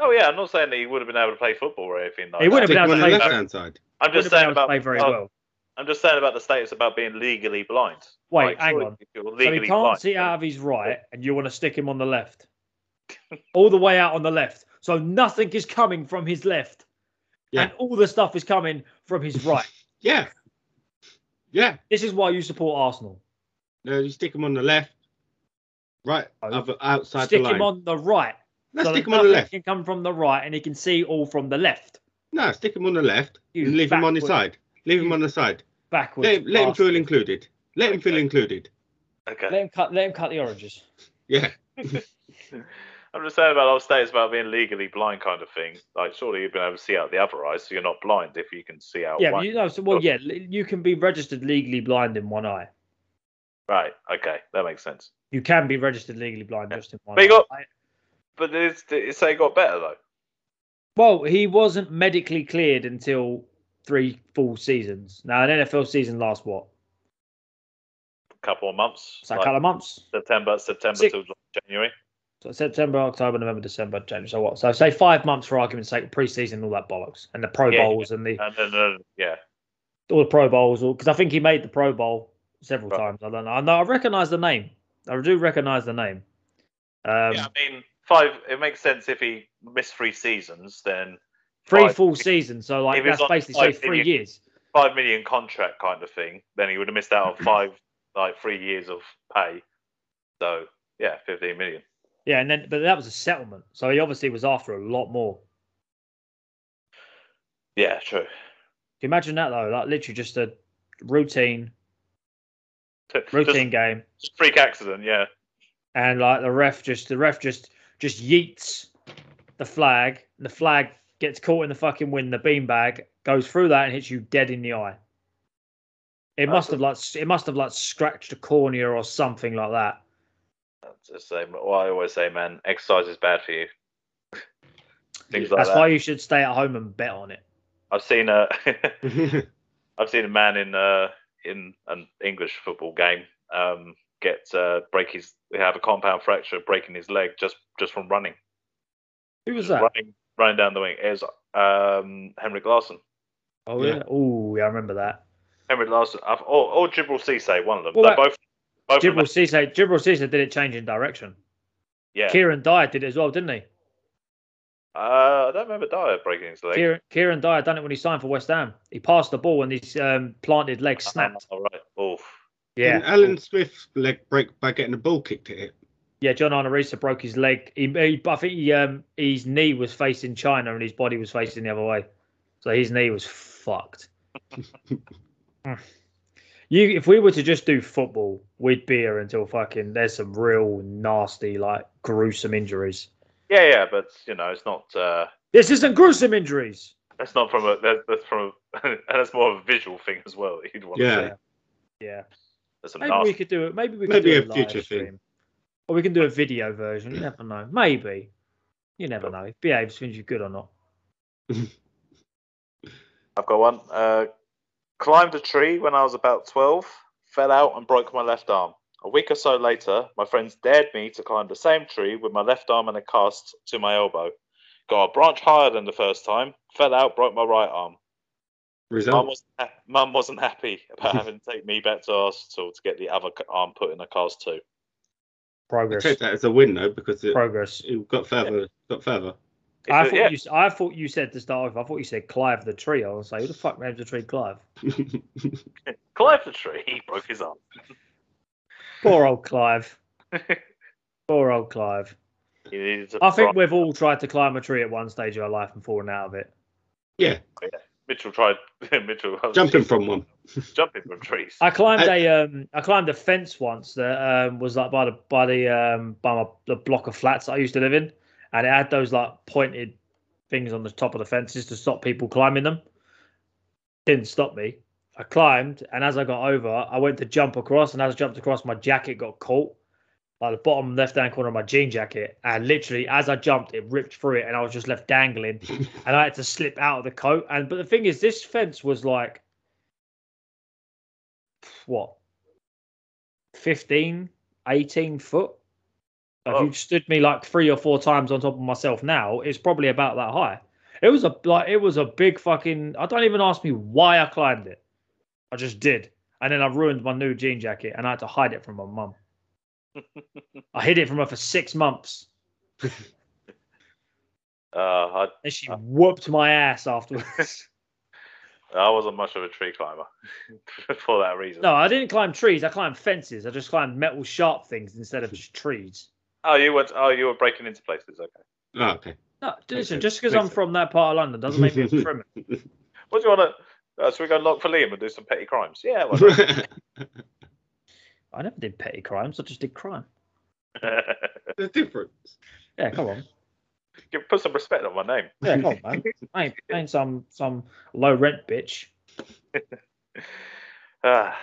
Speaker 3: Oh yeah, I'm not saying that he would have been able to play football or anything like
Speaker 2: He
Speaker 3: that.
Speaker 2: would've
Speaker 1: Stick
Speaker 2: been able to
Speaker 1: one on the
Speaker 2: play that.
Speaker 1: left hand side.
Speaker 3: I'm just
Speaker 2: Wouldn't have
Speaker 3: saying
Speaker 2: been able to
Speaker 3: about.
Speaker 2: play very
Speaker 3: oh,
Speaker 2: well.
Speaker 3: I'm just saying about the status about being legally blind.
Speaker 2: Wait,
Speaker 3: Like,
Speaker 2: hang
Speaker 3: surely
Speaker 2: on.
Speaker 3: if you're
Speaker 2: So he
Speaker 3: legally
Speaker 2: can't
Speaker 3: blind,
Speaker 2: see uh, out of his right, and you want to stick him on the left, all the way out on the left. So nothing is coming from his left,
Speaker 1: Yeah.
Speaker 2: and all the stuff is coming from his right.
Speaker 1: Yeah. Yeah.
Speaker 2: this is why you support Arsenal.
Speaker 1: No, you stick him on the left, right,
Speaker 2: Oh.
Speaker 1: other, outside
Speaker 2: stick
Speaker 1: the line.
Speaker 2: him on the right.
Speaker 1: no,
Speaker 2: so
Speaker 1: stick
Speaker 2: that
Speaker 1: him on the
Speaker 2: nothing
Speaker 1: left.
Speaker 2: Can come from the right, and he can see all from the left.
Speaker 1: No, stick him on the left
Speaker 2: You
Speaker 1: and leave him on his
Speaker 2: backward-
Speaker 1: side. Leave him
Speaker 2: you
Speaker 1: on the side.
Speaker 2: Backwards.
Speaker 1: Let, him- let him
Speaker 2: bastard.
Speaker 1: feel included. Let him feel
Speaker 3: Okay.
Speaker 1: included.
Speaker 3: Okay.
Speaker 2: Let him cut. Let him cut the oranges.
Speaker 1: Yeah.
Speaker 3: I'm just saying about old status about being legally blind kind of thing. Like surely you've been able to see out the other eye, so you're not blind if you can see out
Speaker 2: yeah, but
Speaker 3: one.
Speaker 2: you know. So, well, yeah, l- you can be registered legally blind in one eye.
Speaker 3: Right, okay, that makes sense.
Speaker 2: You can be registered legally blind just in one.
Speaker 3: But
Speaker 2: eye.
Speaker 3: you got-
Speaker 2: I-
Speaker 3: But it's, it's say it got better though.
Speaker 2: well, he wasn't medically cleared until three full seasons. Now, an NFL season lasts what?
Speaker 3: A couple of months.
Speaker 2: So a
Speaker 3: like
Speaker 2: couple of months.
Speaker 3: September, September
Speaker 2: Six-
Speaker 3: till January.
Speaker 2: So September, October, November, December, January. So what? So say five months for argument's sake, preseason, and all that bollocks, and the Pro
Speaker 3: Yeah,
Speaker 2: Bowls and the
Speaker 3: And then uh, yeah.
Speaker 2: all the Pro Bowls, because I think he made the Pro Bowl several
Speaker 3: Right.
Speaker 2: times. I don't know. I know I recognize the name. I do recognize the name. Um,
Speaker 3: yeah, I mean five it makes sense if he missed three seasons, then
Speaker 2: three
Speaker 3: Five.
Speaker 2: full seasons, so like
Speaker 3: If it's
Speaker 2: that's
Speaker 3: on
Speaker 2: basically
Speaker 3: five,
Speaker 2: say
Speaker 3: then
Speaker 2: three
Speaker 3: you-
Speaker 2: years.
Speaker 3: five million contract kind of thing, then he would have missed out on five like three years of pay. So yeah, fifteen million.
Speaker 2: Yeah, and then but that was a settlement, so he obviously was after a lot more.
Speaker 3: Yeah, true.
Speaker 2: Can you imagine that though? Like literally just a routine routine
Speaker 3: Just,
Speaker 2: game,
Speaker 3: just freak accident, yeah.
Speaker 2: and like the ref just the ref just just yeets the flag. And the flag gets caught in the fucking wind. The beanbag goes through that and hits you dead in the eye. It
Speaker 3: That's
Speaker 2: must
Speaker 3: a-
Speaker 2: have like s- it must have like scratched a cornea or something like that.
Speaker 3: That's the same. Well, I always say, man, exercise is bad for you. Things like
Speaker 2: That's
Speaker 3: that.
Speaker 2: why you should stay at home and bet on it.
Speaker 3: I've seen a,
Speaker 1: yeah.
Speaker 3: I've seen a man in uh in an English football game um get uh, break his have a compound fracture breaking his leg just just from running
Speaker 2: Who was that?
Speaker 3: running running down the wing. It was um Henrik Larsson.
Speaker 2: Oh
Speaker 1: Yeah.
Speaker 2: yeah. Oh yeah, I remember that.
Speaker 3: Henrik Larsson. I've, or or Jibril Cisse, one of them.
Speaker 2: Well,
Speaker 3: They're
Speaker 2: that-
Speaker 3: both both of
Speaker 2: Gibral
Speaker 3: them,
Speaker 2: Cisse, Gibral Cisse did it change in direction.
Speaker 3: yeah.
Speaker 2: Kieran Dyer did it as well, didn't he?
Speaker 3: Uh, I don't remember Dyer breaking his leg.
Speaker 2: Kieran, Kieran Dyer done it when he signed for West Ham. He passed the ball and his um, planted leg
Speaker 3: Uh-huh.
Speaker 2: snapped.
Speaker 3: All right. Oof.
Speaker 2: Yeah,
Speaker 1: Alan Smith's leg break by getting the ball kicked at it.
Speaker 2: Yeah, John Onorisa broke his leg. He, he, I think he, um, his knee was facing China and his body was facing the other way, so his knee was fucked. you, if we were to just do football, we'd be here until fucking. There's some real nasty, like gruesome injuries.
Speaker 3: Yeah, yeah, but you know, it's not. uh
Speaker 2: This isn't gruesome injuries.
Speaker 3: That's not from a. That's, that's from a, and that's more of a visual thing as well. that You'd want to
Speaker 1: Yeah.
Speaker 3: see.
Speaker 2: Yeah,
Speaker 3: There's some
Speaker 2: maybe we
Speaker 3: nasty.
Speaker 2: could do it. Maybe we could
Speaker 1: Maybe a
Speaker 2: do live
Speaker 1: future thing.
Speaker 2: stream. or we can do a video version. You never know. Maybe you never know. If behaves, things you good or not.
Speaker 3: I've got one. Uh, climbed a tree when I was about twelve. Fell out and broke my left arm. A week or so later, my friends dared me to climb the same tree with my left arm in a cast to my elbow. Got a branch higher than the first time, fell out, broke my right arm. Mum
Speaker 1: Result.
Speaker 3: wasn't, ha- Mum wasn't happy about having to take me back to hospital to get the other c- arm put in a cast too.
Speaker 1: I
Speaker 2: Progress.
Speaker 1: take that as a win though because it,
Speaker 2: Progress.
Speaker 1: it got further. Got further.
Speaker 2: I
Speaker 3: It-
Speaker 2: thought
Speaker 3: yeah,
Speaker 2: you. I thought you said to start with. I thought you said Clive the tree. I was like, who the fuck names the tree Clive?
Speaker 3: Clive the tree, he broke his arm.
Speaker 2: Poor old Clive. Poor old Clive.
Speaker 3: He needed to
Speaker 2: I think
Speaker 3: bri-
Speaker 2: we've all tried to climb a tree at one stage of our life and fallen out of it.
Speaker 3: Mitchell tried. Mitchell
Speaker 1: Jumping from one.
Speaker 3: Jumping from trees.
Speaker 2: I climbed
Speaker 1: I-
Speaker 2: a um I climbed a fence once that um was like by the by the um by my, the block of flats that I used to live in, and it had those like pointed things on the top of the fences to stop people climbing them. Didn't stop me. I climbed, and as I got over, I went to jump across, and as I jumped across, my jacket got caught, like the bottom left hand corner of my jean jacket, and literally as I jumped, it ripped through it, and I was just left dangling, and I had to slip out of the coat. And but the thing is, this fence was like what 15 18 foot if
Speaker 3: Oh.
Speaker 2: you stood me like three or four times on top of myself now it's probably about that high it was a like it was a big fucking i don't even ask me why i climbed it i just did and then i ruined my new jean jacket and i had to hide it from my mum i hid it from her for six months
Speaker 3: Uh, I,
Speaker 2: and she
Speaker 3: Uh.
Speaker 2: whooped my ass afterwards
Speaker 3: I wasn't much of a tree climber for that reason.
Speaker 2: no i didn't climb trees i climbed fences i just climbed metal sharp things instead of just trees
Speaker 3: Oh, you went. Oh, you were breaking into places. Okay.
Speaker 1: Oh, okay.
Speaker 2: No, listen,
Speaker 1: sense.
Speaker 2: just because
Speaker 1: Makes
Speaker 2: I'm
Speaker 1: sense.
Speaker 2: from that part of London doesn't make me a criminal.
Speaker 3: What do you want to? Uh, should we go lock for Liam and do some petty crimes? Yeah. Why not?
Speaker 1: There's
Speaker 2: I never did petty crimes. I just did crime.
Speaker 1: a difference.
Speaker 2: Yeah, come on.
Speaker 3: Give- Put some respect on my name.
Speaker 2: Yeah, come on, man. I ain't, I ain't some some low rent bitch.
Speaker 3: Ah,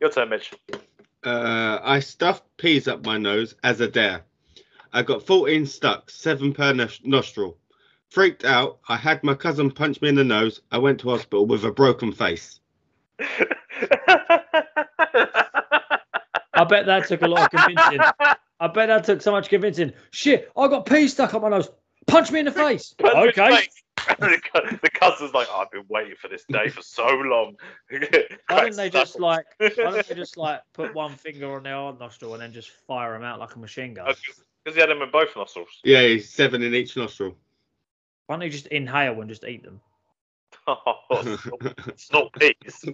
Speaker 3: your turn, Mitch.
Speaker 1: Uh, I stuffed peas up my nose as a dare. I got 14 stuck, seven per nos- nostril. Freaked out, I had my cousin punch me in the nose. I went to hospital with a broken face.
Speaker 2: I bet that took a lot of convincing. I bet that took so much convincing. Shit, I got pee stuck on my nose. Punch me in the face. okay.
Speaker 3: the cou- the cousin's like, "Oh, I've been waiting for this day for so long.
Speaker 2: Why didn't they just like? Why didn't they just like put one finger on their nostril and then just fire them out like a machine gun?
Speaker 3: Because he had them in both nostrils.
Speaker 1: Yeah, he's seven in each nostril.
Speaker 2: Why don't they just inhale and just eat them?
Speaker 3: Oh, It's not peas.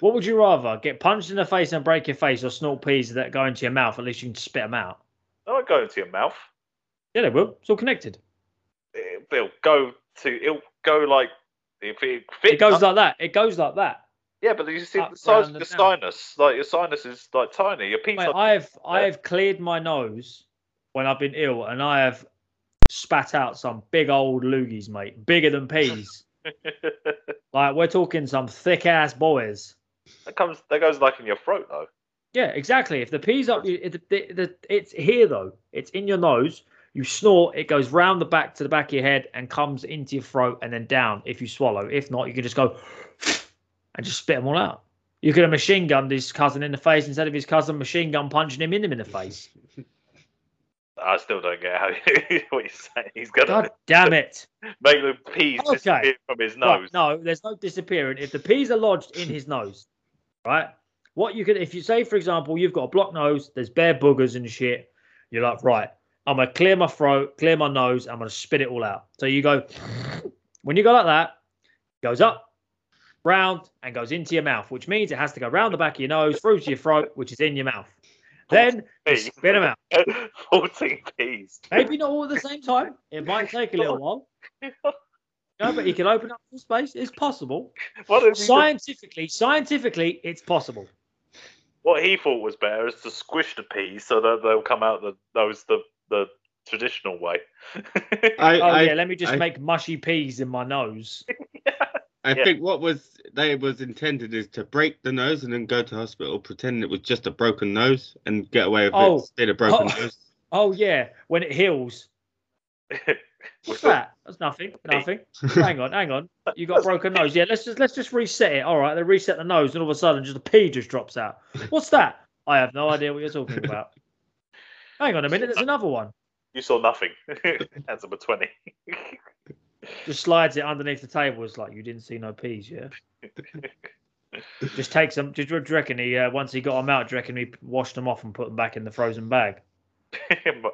Speaker 2: What would you rather get punched in the face and break your face, or snort peas that go into your mouth? At least you can spit them out.
Speaker 3: They'll go into your mouth.
Speaker 2: Yeah, they will. It's all connected.
Speaker 3: It- It'll go to. It'll go like. If it, fits
Speaker 2: It goes like that. It goes like that.
Speaker 3: yeah, but you see
Speaker 2: up,
Speaker 3: the size of
Speaker 2: round,
Speaker 3: your
Speaker 2: and down.
Speaker 3: sinus. Like your sinus is like tiny. Your peas.
Speaker 2: Mate,
Speaker 3: are-
Speaker 2: I've I've cleared my nose when I've been ill, and I have spat out some big old loogies, mate, bigger than peas. like we're talking some thick ass boys.
Speaker 3: that comes. That goes like in your throat though.
Speaker 2: Yeah, exactly. If the peas up, it, the, the, the, it's here though. It's in your nose. You snort, it goes round the back to the back of your head and comes into your throat and then down if you swallow. If not, you can just go and just spit them all out. You could have machine gunned his cousin in the face instead of his cousin machine gun punching him in him in the face.
Speaker 3: I still don't get how you, what you're saying. He's gonna
Speaker 2: God damn it!
Speaker 3: make the peas
Speaker 2: Okay.
Speaker 3: disappear from his
Speaker 2: Right,
Speaker 3: nose.
Speaker 2: no, there's no disappearing. If the peas are lodged in his nose, right? What you could, if you say, for example, you've got a blocked nose, there's bare boogers and shit. You're like, right, I'm gonna clear my throat, clear my nose, I'm gonna spit it all out. So you go, when you go like that, goes up, round, and goes into your mouth, which means it has to go round the back of your nose, through to your throat, which is in your mouth. Then you
Speaker 3: Peas.
Speaker 2: spit them out.
Speaker 3: Fourteen peas.
Speaker 2: Maybe not all at the same time. It might take a little while. No, but he can open up some space. It's possible.
Speaker 3: What if he
Speaker 2: Scientifically, scientifically, it's possible.
Speaker 3: what he thought was better is to squish the peas so that they'll come out the those the the traditional way.
Speaker 1: I,
Speaker 2: Oh
Speaker 1: I,
Speaker 2: yeah, let me just
Speaker 1: I-
Speaker 2: make mushy peas in my nose.
Speaker 1: I
Speaker 3: Yeah.
Speaker 1: think what was they was intended is to break the nose and then go to hospital pretending it was just a broken nose and get away with
Speaker 2: Oh.
Speaker 1: it. Still a broken
Speaker 2: Oh.
Speaker 1: nose.
Speaker 2: Oh yeah, when it heals. What's that? That's nothing. Nothing. hang on, hang on. You got broken nose. Yeah, let's just let's just reset it. All right, they reset the nose, and all of a sudden, just a pea just drops out. What's that? I have no idea what you're talking about. Hang on a minute, there's another one.
Speaker 3: You saw nothing. That's number 20.
Speaker 2: Just slides it underneath the table. It's like you didn't see no peas, yeah. just takes them. Do you reckon he uh, once he got them out? Do you reckon he washed them off and put them back in the frozen bag?
Speaker 3: and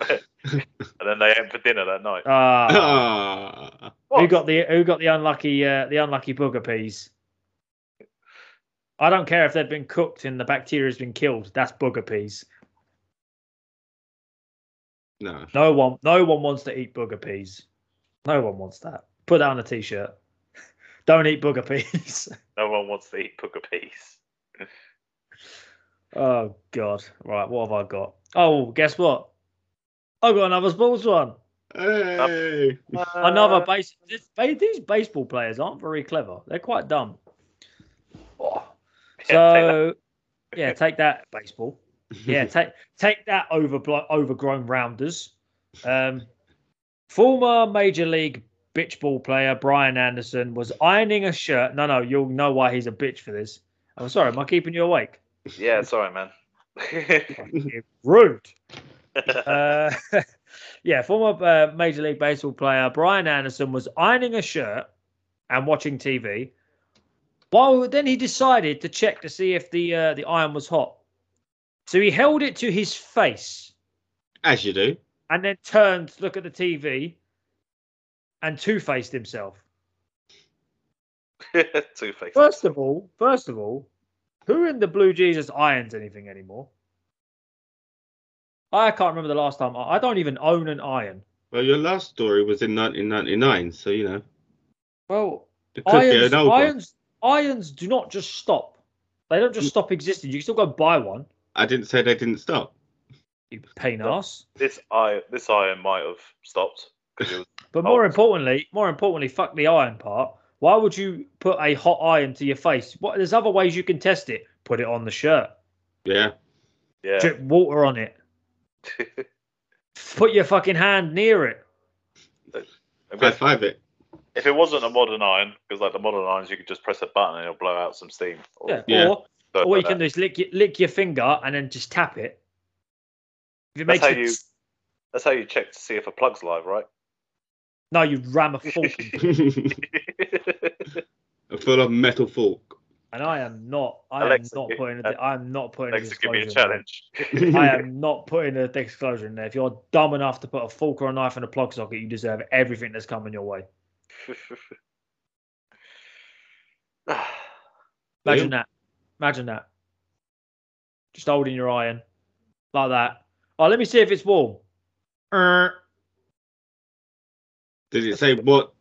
Speaker 3: then they ate for dinner that night.
Speaker 2: Ah,
Speaker 1: Ah.
Speaker 2: who
Speaker 3: What?
Speaker 2: got the who got the unlucky uh, the unlucky booger peas? I don't care if they've been cooked and the bacteria's been killed. That's booger peas.
Speaker 1: No.
Speaker 2: No one, no one wants to eat booger peas. No one wants that. Put that on a t-shirt. Don't eat booger peas.
Speaker 3: No one wants to eat booger peas.
Speaker 2: oh God! Right, what have I got? Oh, guess what? I've got another sports one.
Speaker 1: Hey.
Speaker 3: Uh,
Speaker 2: Another base. this- ba- These baseball players aren't very clever. They're quite dumb. Oh.
Speaker 3: Yeah, take
Speaker 2: So, yeah, take that baseball. Yeah, take take that over overgrown rounders. Um, former major league bitch ball player Brian Anderson was ironing a shirt. No, no, you'll know why he's a bitch for this. I'm sorry, am I keeping you awake?
Speaker 3: Yeah, sorry, man.
Speaker 2: Rude. Uh, yeah, former uh, Major League Baseball player Brian Anderson was ironing a shirt and watching TV. While then he decided to check to see if the uh, the iron was hot. So he held it to his face
Speaker 1: As you do.
Speaker 2: and then turned to look at the TV and two faced himself.
Speaker 3: Two faces.
Speaker 2: First of all, first of all, who in the Blue Jesus irons anything anymore? I can't remember the last time. I I don't even own an iron.
Speaker 1: Well, your last story was in 1999, so you know
Speaker 2: Well,
Speaker 1: it could be
Speaker 2: irons,
Speaker 1: an old one.
Speaker 2: irons, irons do not just stop. They don't just stop existing. You can still go buy one.
Speaker 1: I didn't say they didn't stop.
Speaker 2: You pain ass.
Speaker 3: This eye, this iron might have stopped because it was
Speaker 2: But more
Speaker 3: Oh.
Speaker 2: importantly, more importantly, fuck the iron part. Why would you put a hot iron to your face? What there's other ways you can test it. Put it on the shirt.
Speaker 1: Yeah.
Speaker 3: yeah.
Speaker 2: Drip water on it. Put your fucking hand near it.
Speaker 3: I'm
Speaker 1: High
Speaker 3: guessing
Speaker 1: five it.
Speaker 3: if it wasn't a modern iron, because like the modern irons, you could just press a button and it'll blow out some steam. Or,
Speaker 2: Yeah.
Speaker 1: Yeah.
Speaker 2: Or
Speaker 3: something
Speaker 2: or
Speaker 3: like
Speaker 2: you can
Speaker 3: that.
Speaker 2: do is lick your, lick your finger and then just tap it. If it
Speaker 3: That's
Speaker 2: makes
Speaker 3: how
Speaker 2: it,
Speaker 3: you- That's how you check to see if a plug's live, right?
Speaker 2: no, you ram a fork. in-
Speaker 1: A full of metal fork.
Speaker 2: and I am not. I
Speaker 3: Alexa,
Speaker 2: am not
Speaker 3: give-
Speaker 2: putting. A, I am not putting.
Speaker 3: Thanks
Speaker 2: a
Speaker 3: for giving me a
Speaker 2: disclosure in there.
Speaker 3: challenge.
Speaker 2: I am not putting a disclosure in there. If you're dumb enough to put a fork or a knife in a plug socket, you deserve everything that's coming your way. Imagine that. Imagine that. Just holding your iron like that. Oh, let me see if it's warm. Er,
Speaker 1: Did it say what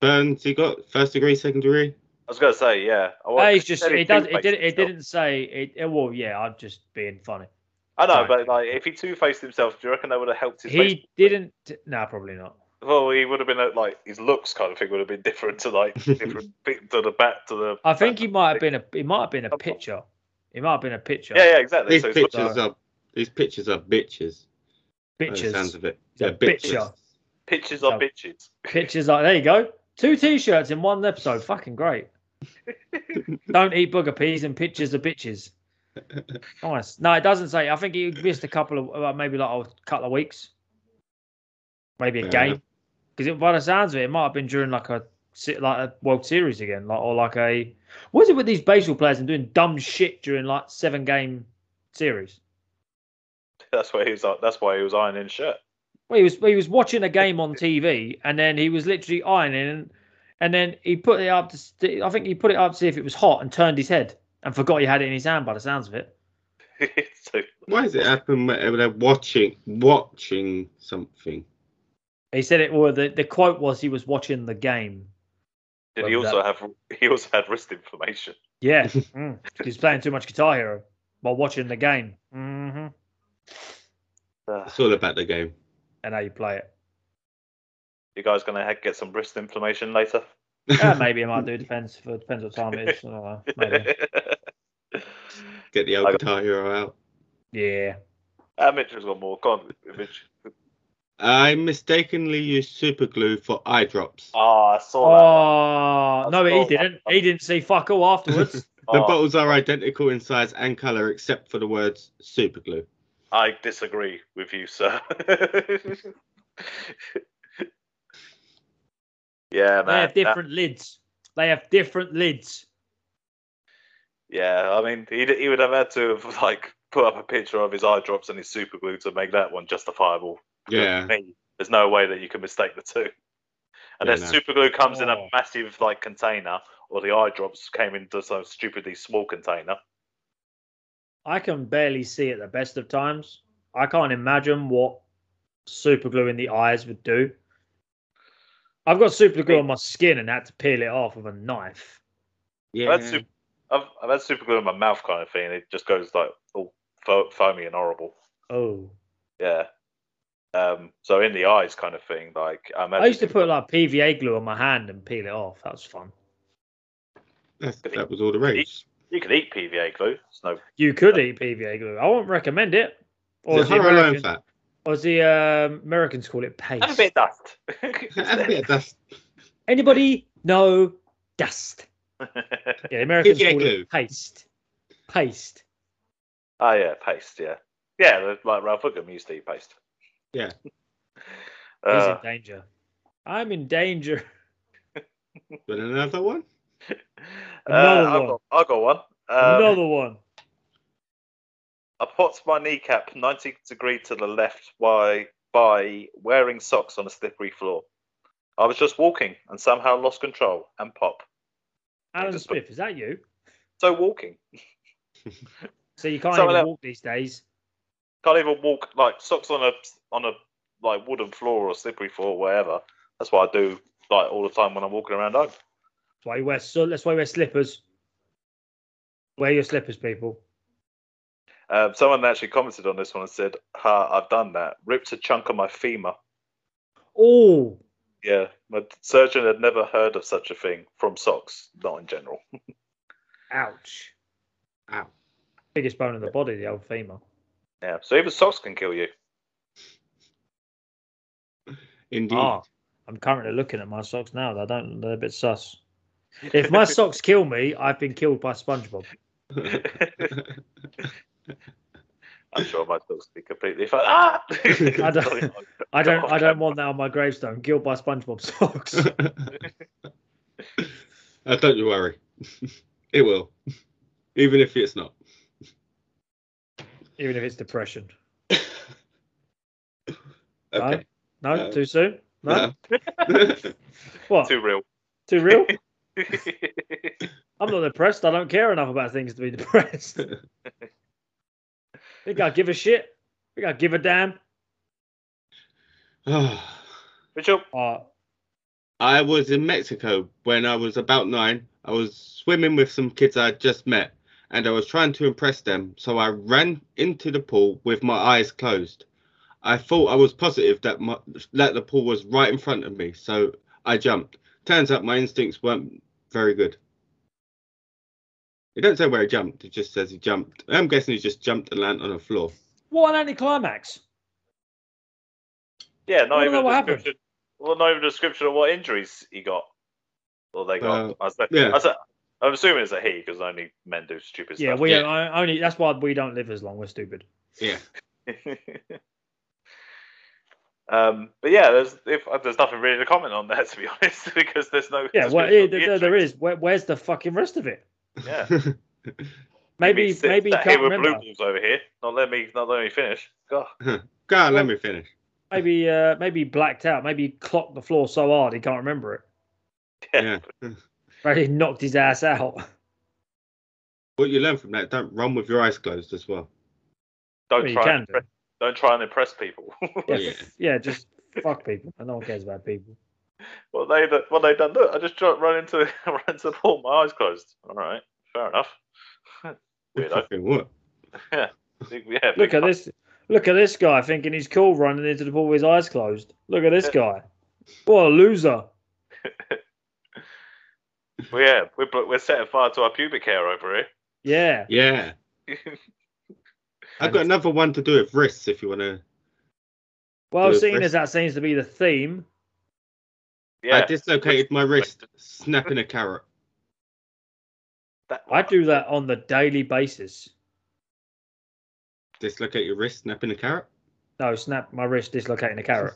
Speaker 1: burns you got? First degree, second degree?
Speaker 3: I was gonna say, yeah. I
Speaker 2: Uh,
Speaker 3: want-
Speaker 2: it's just
Speaker 3: said
Speaker 2: it does it
Speaker 3: two-faced
Speaker 2: did it
Speaker 3: himself.
Speaker 2: didn't say it, it well yeah I'm just being funny.
Speaker 3: I know,
Speaker 2: sorry.
Speaker 3: but like, if he two-faced himself, do you reckon that would have helped his? face?
Speaker 2: He didn't. No, probably not.
Speaker 3: Well, he would have been uh, like his looks kind of thing would have been different to like different bit- to the back to the.
Speaker 2: I think he
Speaker 3: back-
Speaker 2: might have been a. It might have been a
Speaker 3: Come on.
Speaker 2: picture. It might have been a picture.
Speaker 3: Yeah, yeah, exactly.
Speaker 1: These
Speaker 3: So he's
Speaker 1: pictures
Speaker 3: looking-
Speaker 1: are these pictures are bitches. by the
Speaker 2: Pictures.
Speaker 1: sounds of it.
Speaker 2: He's a
Speaker 1: Yeah, bitches.
Speaker 2: bitcher.
Speaker 3: pictures are
Speaker 2: No.
Speaker 3: bitches.
Speaker 2: Pictures like there you go. Two t-shirts in one episode. Fucking great. Don't eat booger peas and pictures of bitches. Nice. No, it doesn't say. I think he missed a couple of uh, maybe like a couple of weeks, maybe a
Speaker 1: Fair
Speaker 2: game.
Speaker 1: enough.
Speaker 2: Because by the sounds of it, it might have been during like a se- like a World Series again, like or like a. What is it with these baseball players and doing dumb shit during like seven game series?
Speaker 3: That's why he was. uh, That's why he was ironing his shirt.
Speaker 2: Well, he was he was watching a game on TV, and then he was literally ironing, and, and then he put it up to. st- I think he put it up to see if it was hot, and turned his head, and forgot he had it in his hand. By the sounds of it,
Speaker 3: so,
Speaker 1: Why does it happen whenever they're watching watching something?
Speaker 2: he said it. Well, the, the quote was he was watching the game.
Speaker 3: did he
Speaker 2: Well,
Speaker 3: also have? He also had wrist inflammation.
Speaker 2: Yeah, mm. he's playing too much Guitar Hero while watching the game,
Speaker 3: Mm-hmm.
Speaker 2: hmm
Speaker 3: Uh,
Speaker 1: It's all about the game.
Speaker 2: and how you play it.
Speaker 3: you guys gonna ha- get some wrist inflammation later?
Speaker 2: Yeah, Uh, maybe it might do. Depends. For, depends what time it is. I don't know, maybe.
Speaker 1: Get the old
Speaker 3: I got-
Speaker 1: guitar hero out.
Speaker 2: Yeah.
Speaker 3: Ah, Mitchell's got more. Go on, Mitch.
Speaker 1: I mistakenly used super glue for eye drops.
Speaker 3: Ah, I saw that.
Speaker 2: Oh
Speaker 3: That's
Speaker 2: no, he
Speaker 3: all.
Speaker 2: didn't. He didn't see fuck all afterwards.
Speaker 1: The
Speaker 3: Oh,
Speaker 1: bottles are identical in size and color except for the words super glue.
Speaker 3: I disagree with you, sir. yeah,
Speaker 2: They have
Speaker 3: man. that-
Speaker 2: different lids. They have different lids.
Speaker 3: yeah, I mean, he he would have had to have like put up a picture of his eye drops and his super glue to make that one justifiable.
Speaker 1: Yeah.
Speaker 3: Me, There's no way that you can mistake the two. Unless
Speaker 1: no.
Speaker 3: super glue comes in a
Speaker 2: Oh.
Speaker 3: massive like container, or the eye drops came into some stupidly small container.
Speaker 2: I can barely see at the best of times. I can't imagine what super glue in the eyes would do. I've got super glue on my skin and had to peel it off with a knife.
Speaker 1: Yeah.
Speaker 3: I've, had super, I've, I've had super glue in my mouth kind of thing, and it just goes like all fo- foamy and horrible.
Speaker 2: Oh.
Speaker 3: Yeah. Um, so in the eyes kind of thing, like I,
Speaker 2: I used to
Speaker 3: imagine-
Speaker 2: put like PVA glue on my hand and peel it off. That was fun.
Speaker 1: That's- that was all the rage.
Speaker 3: you could eat PVA glue. It's no
Speaker 2: You could eat PVA glue. I wouldn't recommend it. Or
Speaker 1: Is
Speaker 2: as
Speaker 1: it
Speaker 2: the,
Speaker 1: hard iron
Speaker 2: American,
Speaker 1: fat?
Speaker 2: or as the um, Americans call it paste.
Speaker 3: have a bit of dust.
Speaker 1: Add a bit of dust.
Speaker 2: Anybody know dust? Yeah, the Americans
Speaker 1: PVA
Speaker 2: call
Speaker 1: glue.
Speaker 2: it paste. Paste.
Speaker 3: oh yeah, paste. Yeah, yeah. Like Ralph Hookham used to eat paste.
Speaker 1: Yeah.
Speaker 2: He's
Speaker 3: Uh,
Speaker 2: in danger. I'm in danger.
Speaker 1: But another one?
Speaker 3: uh,
Speaker 2: Another
Speaker 3: I've,
Speaker 2: one.
Speaker 3: got, I've got one. Um,
Speaker 2: Another one.
Speaker 3: I popped my kneecap 90 degree to the left by by wearing socks on a slippery floor. I was just walking and somehow lost control and pop.
Speaker 2: Alan
Speaker 3: just put-
Speaker 2: Smith, is that you?
Speaker 3: So walking.
Speaker 2: So you can't
Speaker 3: Someone
Speaker 2: even
Speaker 3: else.
Speaker 2: walk these days.
Speaker 3: Can't even walk like socks on a on a like wooden floor or slippery floor or whatever. That's what I do like all the time when I'm walking around home.
Speaker 2: That's why you wear so that's why you wear slippers. Wear your slippers, people.
Speaker 3: Um, someone actually commented on this one and said, "Ha, I've done that. Ripped a chunk of my femur."
Speaker 2: Oh,
Speaker 3: Yeah, my surgeon had never heard of such a thing from socks, not in general.
Speaker 2: ouch.
Speaker 1: Ow.
Speaker 2: Biggest bone in the body, the old femur.
Speaker 3: Yeah, so even socks can kill you.
Speaker 1: Indeed.
Speaker 3: Oh.
Speaker 2: Ah, I'm currently looking at my socks now. They don't. They're a bit sus. If my socks kill me, I've been killed by SpongeBob.
Speaker 3: I'm sure my dogs be completely fine. Ah!
Speaker 2: I don't- I don't. I don't want that on my gravestone. Killed by SpongeBob socks.
Speaker 1: Uh, don't you worry. it will. Even if it's not.
Speaker 2: Even if it's depression.
Speaker 1: Okay.
Speaker 2: No,
Speaker 1: No.
Speaker 2: too soon. No,
Speaker 1: No.
Speaker 2: what? Too,
Speaker 3: Too real.
Speaker 2: real? I'm not depressed. I don't care enough about things to be depressed. think I give a shit. Think I give a damn.
Speaker 1: Ah.
Speaker 3: Mitchell,
Speaker 2: Uh,
Speaker 1: I was in Mexico when I was about nine. I was swimming with some kids I had just met, and I was trying to impress them, so I ran into the pool with my eyes closed. I thought I was positive that my, that the pool was right in front of me, so I jumped. Turns out my instincts weren't very good. It don't say where he jumped. It just says he jumped. I'm guessing he just jumped and landed on the floor.
Speaker 2: what an anticlimax.
Speaker 3: yeah, not
Speaker 2: I don't
Speaker 3: even
Speaker 2: know
Speaker 3: a
Speaker 2: what happened.
Speaker 3: description. Well, not even a description of what injuries he got. Or they got.
Speaker 1: Uh,
Speaker 3: I said,
Speaker 1: yeah.
Speaker 3: I said, I'm assuming it's a he because only men do stupid
Speaker 2: Yeah,
Speaker 3: stuff.
Speaker 2: we
Speaker 1: Yeah.
Speaker 2: I- only. That's why we don't live as long. We're stupid.
Speaker 1: Yeah.
Speaker 3: um, but yeah, there's if uh, there's nothing really to comment on there to be honest because there's no.
Speaker 2: Yeah, well,
Speaker 3: description
Speaker 2: yeah,
Speaker 3: of the
Speaker 2: there, there
Speaker 3: injuries.
Speaker 2: is. Where, where's the fucking rest of it?
Speaker 3: Yeah.
Speaker 2: Maybe,
Speaker 3: sit
Speaker 2: maybe you
Speaker 3: that
Speaker 2: can't
Speaker 3: Hayward
Speaker 2: remember.
Speaker 3: Blue Balls over here. Not let me, not let me finish. God.
Speaker 1: God, let me finish.
Speaker 2: Maybe, uh, maybe he blacked out. Maybe he clocked the floor so hard he can't remember it.
Speaker 1: Yeah.
Speaker 2: Right, he knocked his ass out.
Speaker 1: What you learn from that? Don't run with your eyes closed as well.
Speaker 3: Don't
Speaker 2: Well, you
Speaker 3: try.
Speaker 2: can
Speaker 3: and
Speaker 2: do.
Speaker 3: impress, don't try and impress people.
Speaker 2: Yeah,
Speaker 1: Yeah.
Speaker 2: f- yeah, just fuck people. No one cares about people.
Speaker 3: what they, do- what they done? Look, I just tried, run into, run into the pool. My eyes closed. All right, fair enough. Weirdo.
Speaker 1: Fucking what?
Speaker 3: yeah.
Speaker 2: Look at this. Look at this guy thinking he's cool running into the pool with his eyes closed. Look at this guy. What a loser.
Speaker 3: Well, yeah, we're, bl- we're setting fire to our pubic hair over
Speaker 2: Yeah.
Speaker 1: Yeah.
Speaker 3: here.
Speaker 1: I've got another one to do with wrists if you want to.
Speaker 2: Well,
Speaker 1: Yeah,
Speaker 2: seeing
Speaker 1: Chris.
Speaker 2: as that seems to be the theme,
Speaker 1: I
Speaker 3: yeah.
Speaker 1: dislocated my wrist snapping a carrot.
Speaker 3: That
Speaker 2: I do that on the daily basis.
Speaker 1: Dislocate your wrist, snapping a carrot.
Speaker 2: No, snap my wrist, dislocating a carrot.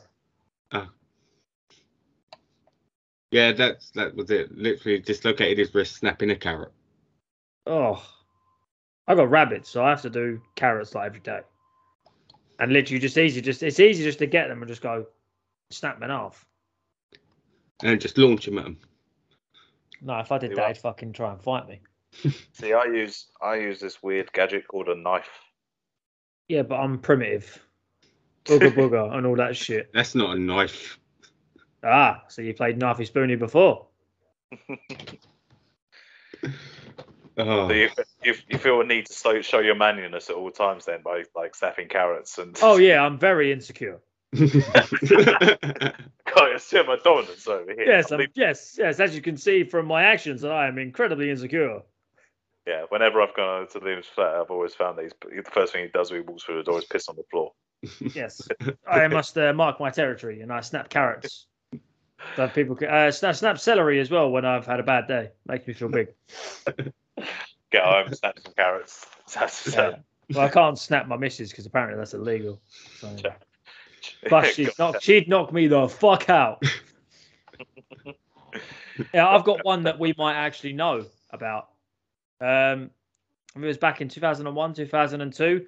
Speaker 1: Yeah, that's that was it. Literally dislocated his wrist, snapping a carrot.
Speaker 2: Oh, I got rabbits, so I have to do carrots like every day. And literally, just easy, just it's easy just to get them and just go snap them in half.
Speaker 1: And just launch him at him.
Speaker 2: No, if I did
Speaker 3: You
Speaker 2: that,
Speaker 3: are-
Speaker 2: he'd fucking try and fight me.
Speaker 3: See, I use I use this weird gadget called a knife.
Speaker 2: Yeah, but I'm primitive, booger booger, and all that shit.
Speaker 1: That's not a knife.
Speaker 2: Ah, so you played knifey spoony before?
Speaker 1: Oh,
Speaker 3: So you, you you feel a need to so, show your manliness at all times then by like snapping carrots and
Speaker 2: Oh yeah, I'm very insecure.
Speaker 3: God, assume my dominance over here.
Speaker 2: Yes,
Speaker 3: I
Speaker 2: I'm,
Speaker 3: mean,
Speaker 2: yes, yes. As you can see from my actions, I am incredibly insecure.
Speaker 3: yeah. Whenever I've gone over to Liam's flat, I've always found that he's, the first thing he does when he walks through the door is piss on the floor.
Speaker 2: Yes, I must uh, mark my territory, and I snap carrots. So people can uh, snap, snap celery as well when I've had a bad day. Makes me feel big.
Speaker 3: Get home, snap some carrots. That's,
Speaker 2: Yeah. Well, I can't snap my missus because apparently that's illegal. So.
Speaker 3: Yeah.
Speaker 2: But she'd knock, she'd knock me the fuck out. yeah, I've got one that we might actually know about. Um, it was back in 2001, 2002.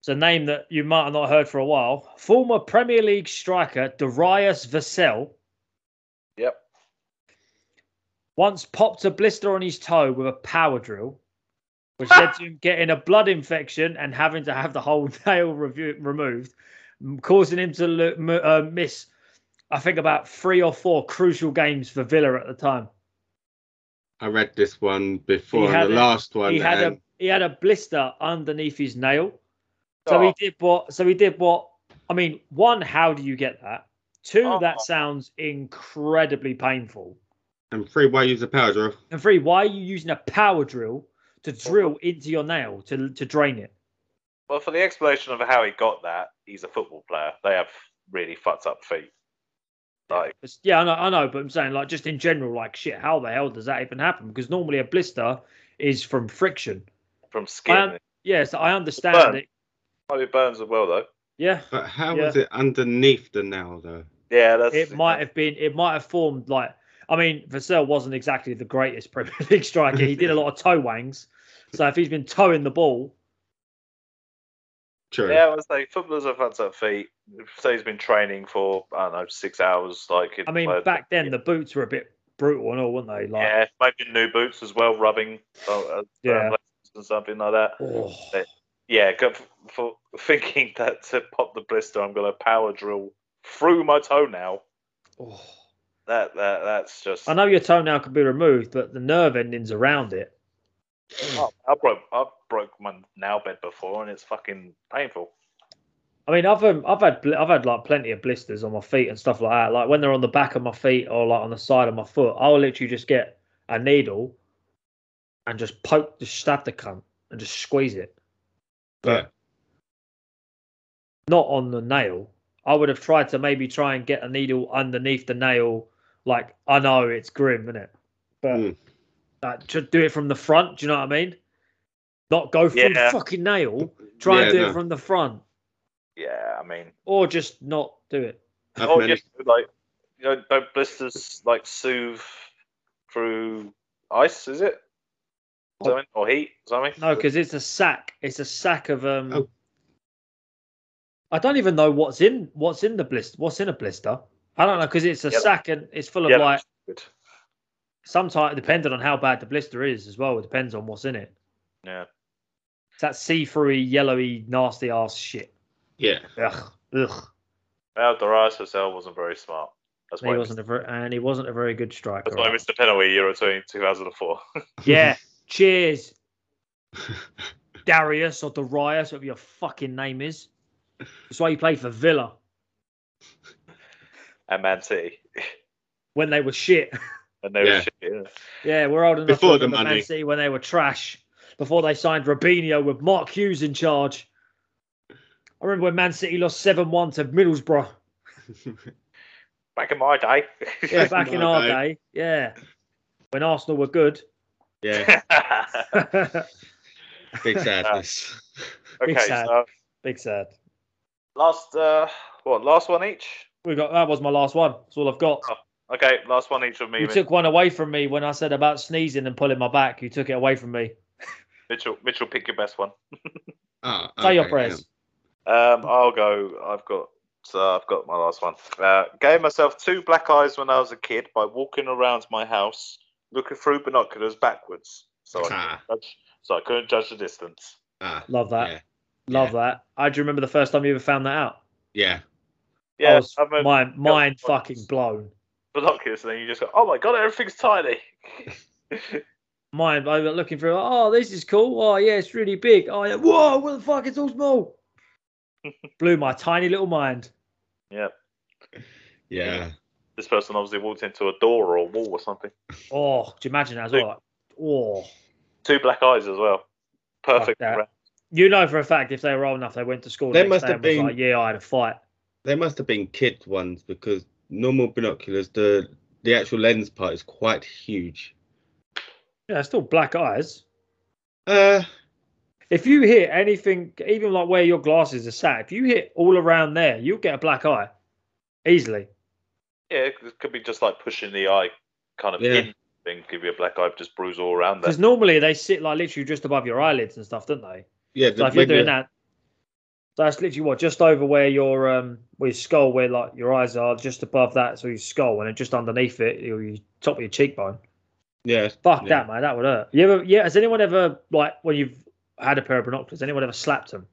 Speaker 2: It's a name that you might have not heard for a while. Former Premier League striker Darius Vassell
Speaker 3: Yep.
Speaker 2: once popped a blister on his toe with a power drill, which led to him getting a blood infection and having to have the whole nail review, removed, m- causing him to lo- m- uh, miss, I think, about three or four crucial games for Villa at the time.
Speaker 1: I read this one before,
Speaker 2: He
Speaker 1: and
Speaker 2: had
Speaker 1: the
Speaker 2: a-
Speaker 1: last one.
Speaker 2: He had
Speaker 1: and-
Speaker 2: a he had a blister underneath his nail, so
Speaker 3: Oh.
Speaker 2: he did what? So he did what? I mean, one, how do you get that? Two,
Speaker 3: Oh.
Speaker 2: that sounds incredibly painful.
Speaker 1: and three why use a power drill.
Speaker 2: And three, why are you using a power drill to drill into your nail to to drain it?
Speaker 3: Well, for the explanation of how he got that, he's a football player. They have really fucked up feet. Like,
Speaker 2: It's- yeah, I know, I know, but I'm saying like just in general, like shit, how the hell does that even happen? Because normally a blister is from friction.
Speaker 3: from skin.
Speaker 2: Um, Yes, I
Speaker 3: burn.
Speaker 2: understand it.
Speaker 3: Might be burns as well, though.
Speaker 2: Yeah,
Speaker 1: But how
Speaker 2: Yeah.
Speaker 1: was it underneath the nail though?
Speaker 3: Yeah, that's.
Speaker 2: it might have been, it might have formed like. I mean, Vassell wasn't exactly the greatest Premier League striker. He did a lot of toe wangs, so if he's been toeing the ball,
Speaker 1: True.
Speaker 3: Yeah, I was like, footballers have fucked up feet. So he's been training for, I don't know, six hours. Like,
Speaker 2: I mean,
Speaker 3: like,
Speaker 2: back then the boots were a bit brutal and all, weren't they? Like,
Speaker 3: Yeah, maybe new boots as well, rubbing. Uh,
Speaker 2: Yeah.
Speaker 3: yeah. And something like that.
Speaker 2: oh,
Speaker 3: Yeah, go f- for thinking that to pop the blister, I'm going to power drill through my toenail.
Speaker 2: oh.
Speaker 3: That that that's just.
Speaker 2: I know your toenail can be removed, but the nerve endings around it.
Speaker 3: Oh, I broke I broke my nail bed before, and it's fucking painful.
Speaker 2: I mean, I've um, I've had bl- I've had like plenty of blisters on my feet and stuff like that. Like when they're on the back of my feet or like on the side of my foot, I'll literally just get a needle and just poke, just stab the cunt and just squeeze it.
Speaker 1: But
Speaker 2: Not on the nail. I would have tried to maybe try and get a needle underneath the nail. Like I know it's grim, isn't it? But
Speaker 1: Mm.
Speaker 2: like, to do it from the front. Do you know what I mean? Not go through the
Speaker 3: Yeah.
Speaker 2: fucking nail. Try and
Speaker 1: Yeah,
Speaker 2: do
Speaker 1: no.
Speaker 2: it from the front,
Speaker 3: Yeah, I mean,
Speaker 2: or just not do it.
Speaker 1: I've
Speaker 3: oh,
Speaker 1: managed-
Speaker 3: yeah, like you know, don't blisters like soothe through ice? Is it something or heat? Something?
Speaker 2: No, because it's a sack. It's a sack of um.
Speaker 1: Oh.
Speaker 2: I don't even know what's in what's in the blister. What's in a blister? I don't know because it's a
Speaker 3: Yellow.
Speaker 2: sack and it's full of
Speaker 3: Yeah,
Speaker 2: like
Speaker 3: that's good.
Speaker 2: sometimes depending on how bad the blister is as well. It depends on what's in it.
Speaker 3: Yeah.
Speaker 2: It's that see-through, yellowy, nasty ass shit.
Speaker 1: yeah.
Speaker 2: Ugh, ugh.
Speaker 3: Well, Darius Vassell wasn't very smart. That's
Speaker 2: And
Speaker 3: why
Speaker 2: he wasn't a very, and he wasn't a very good striker.
Speaker 3: That's why I
Speaker 2: either.
Speaker 3: missed a penalty Euro 20 2004.
Speaker 2: Yeah. Cheers. Darius or Darius, whatever your fucking name is. That's why you played for Villa
Speaker 3: and Man City.
Speaker 2: when they were shit.
Speaker 3: And they
Speaker 1: Yeah.
Speaker 3: were shit. Yeah.
Speaker 2: Yeah, we're old enough
Speaker 1: Before
Speaker 2: to
Speaker 1: the
Speaker 2: remember
Speaker 1: money.
Speaker 2: Man City when they were trash. Before they signed Robinho with Mark Hughes in charge. I remember when Man City lost seven one to Middlesbrough.
Speaker 3: Back in my day.
Speaker 2: Yeah,
Speaker 1: Yes,
Speaker 2: back in
Speaker 1: my
Speaker 2: our
Speaker 1: day.
Speaker 2: day. Yeah, when Arsenal were good,
Speaker 1: Yeah, big sadness.
Speaker 3: okay,
Speaker 2: Big sad.
Speaker 3: so
Speaker 2: Big sad.
Speaker 3: last uh, what? Last one each.
Speaker 2: We got that was my last one. That's all I've got.
Speaker 3: Oh, Okay, last one each of me.
Speaker 2: you
Speaker 3: Mitch-
Speaker 2: took one away from me when I said about sneezing and pulling my back. You took it away from me.
Speaker 3: Mitchell, Mitchell, pick your best one.
Speaker 1: Ah,
Speaker 2: Say your
Speaker 1: okay,
Speaker 2: prayers.
Speaker 3: Um, I'll go. I've got. So I've got my last one. Uh, gave myself two black eyes when I was a kid by walking around my house looking through binoculars backwards, so I,
Speaker 1: Ah,
Speaker 3: couldn't judge, so I couldn't judge the distance.
Speaker 1: ah,
Speaker 2: Love that.
Speaker 1: yeah,
Speaker 2: Love that. I do remember the first time you ever found that out.
Speaker 1: yeah.
Speaker 2: I
Speaker 3: Yeah,
Speaker 2: was,
Speaker 3: I mean,
Speaker 2: my mind
Speaker 3: yeah,
Speaker 2: fucking blown.
Speaker 3: binoculars, and then you just go, "Oh my god, everything's tiny."
Speaker 2: Mind blown. Looking through. Oh, this is cool. Oh yeah, it's really big. Oh yeah. Whoa, what the fuck? It's all small. Blew my tiny little mind.
Speaker 3: yeah,
Speaker 1: yeah.
Speaker 3: this person obviously walked into a door or a wall or something.
Speaker 2: Oh, do you imagine that as well? Oh,
Speaker 3: Two black eyes as well. Perfect.
Speaker 2: that.
Speaker 3: round.
Speaker 2: you know for a fact if they were old enough, they went to school.
Speaker 1: They
Speaker 2: the next
Speaker 1: must
Speaker 2: day
Speaker 1: have
Speaker 2: and was
Speaker 1: been-
Speaker 2: Like, yeah, I had a fight.
Speaker 1: They must have been kid ones because normal binoculars, the the actual lens part is quite huge.
Speaker 2: Yeah, still black eyes.
Speaker 1: Uh,
Speaker 2: If you hit anything, even like where your glasses are sat, if you hit all around there, you'll get a black eye easily.
Speaker 3: Yeah, it could be just like pushing the eye, kind of
Speaker 1: Yeah.
Speaker 3: in thing. Give you a black eye, just bruise all around there.
Speaker 2: Because normally they sit like literally just above your eyelids and stuff, don't they?
Speaker 1: yeah.
Speaker 2: So
Speaker 1: the-
Speaker 2: if you're
Speaker 1: maybe-
Speaker 2: doing that, that's literally what just over where your um where your skull, where like your eyes are, just above that, so your skull, and then just underneath it, your, your top of your cheekbone.
Speaker 1: yeah,
Speaker 2: Fuck
Speaker 1: Yeah.
Speaker 2: that, man. That would hurt. You ever? Yeah. Has anyone ever like when you've had a pair of binoculars? Anyone ever slapped them?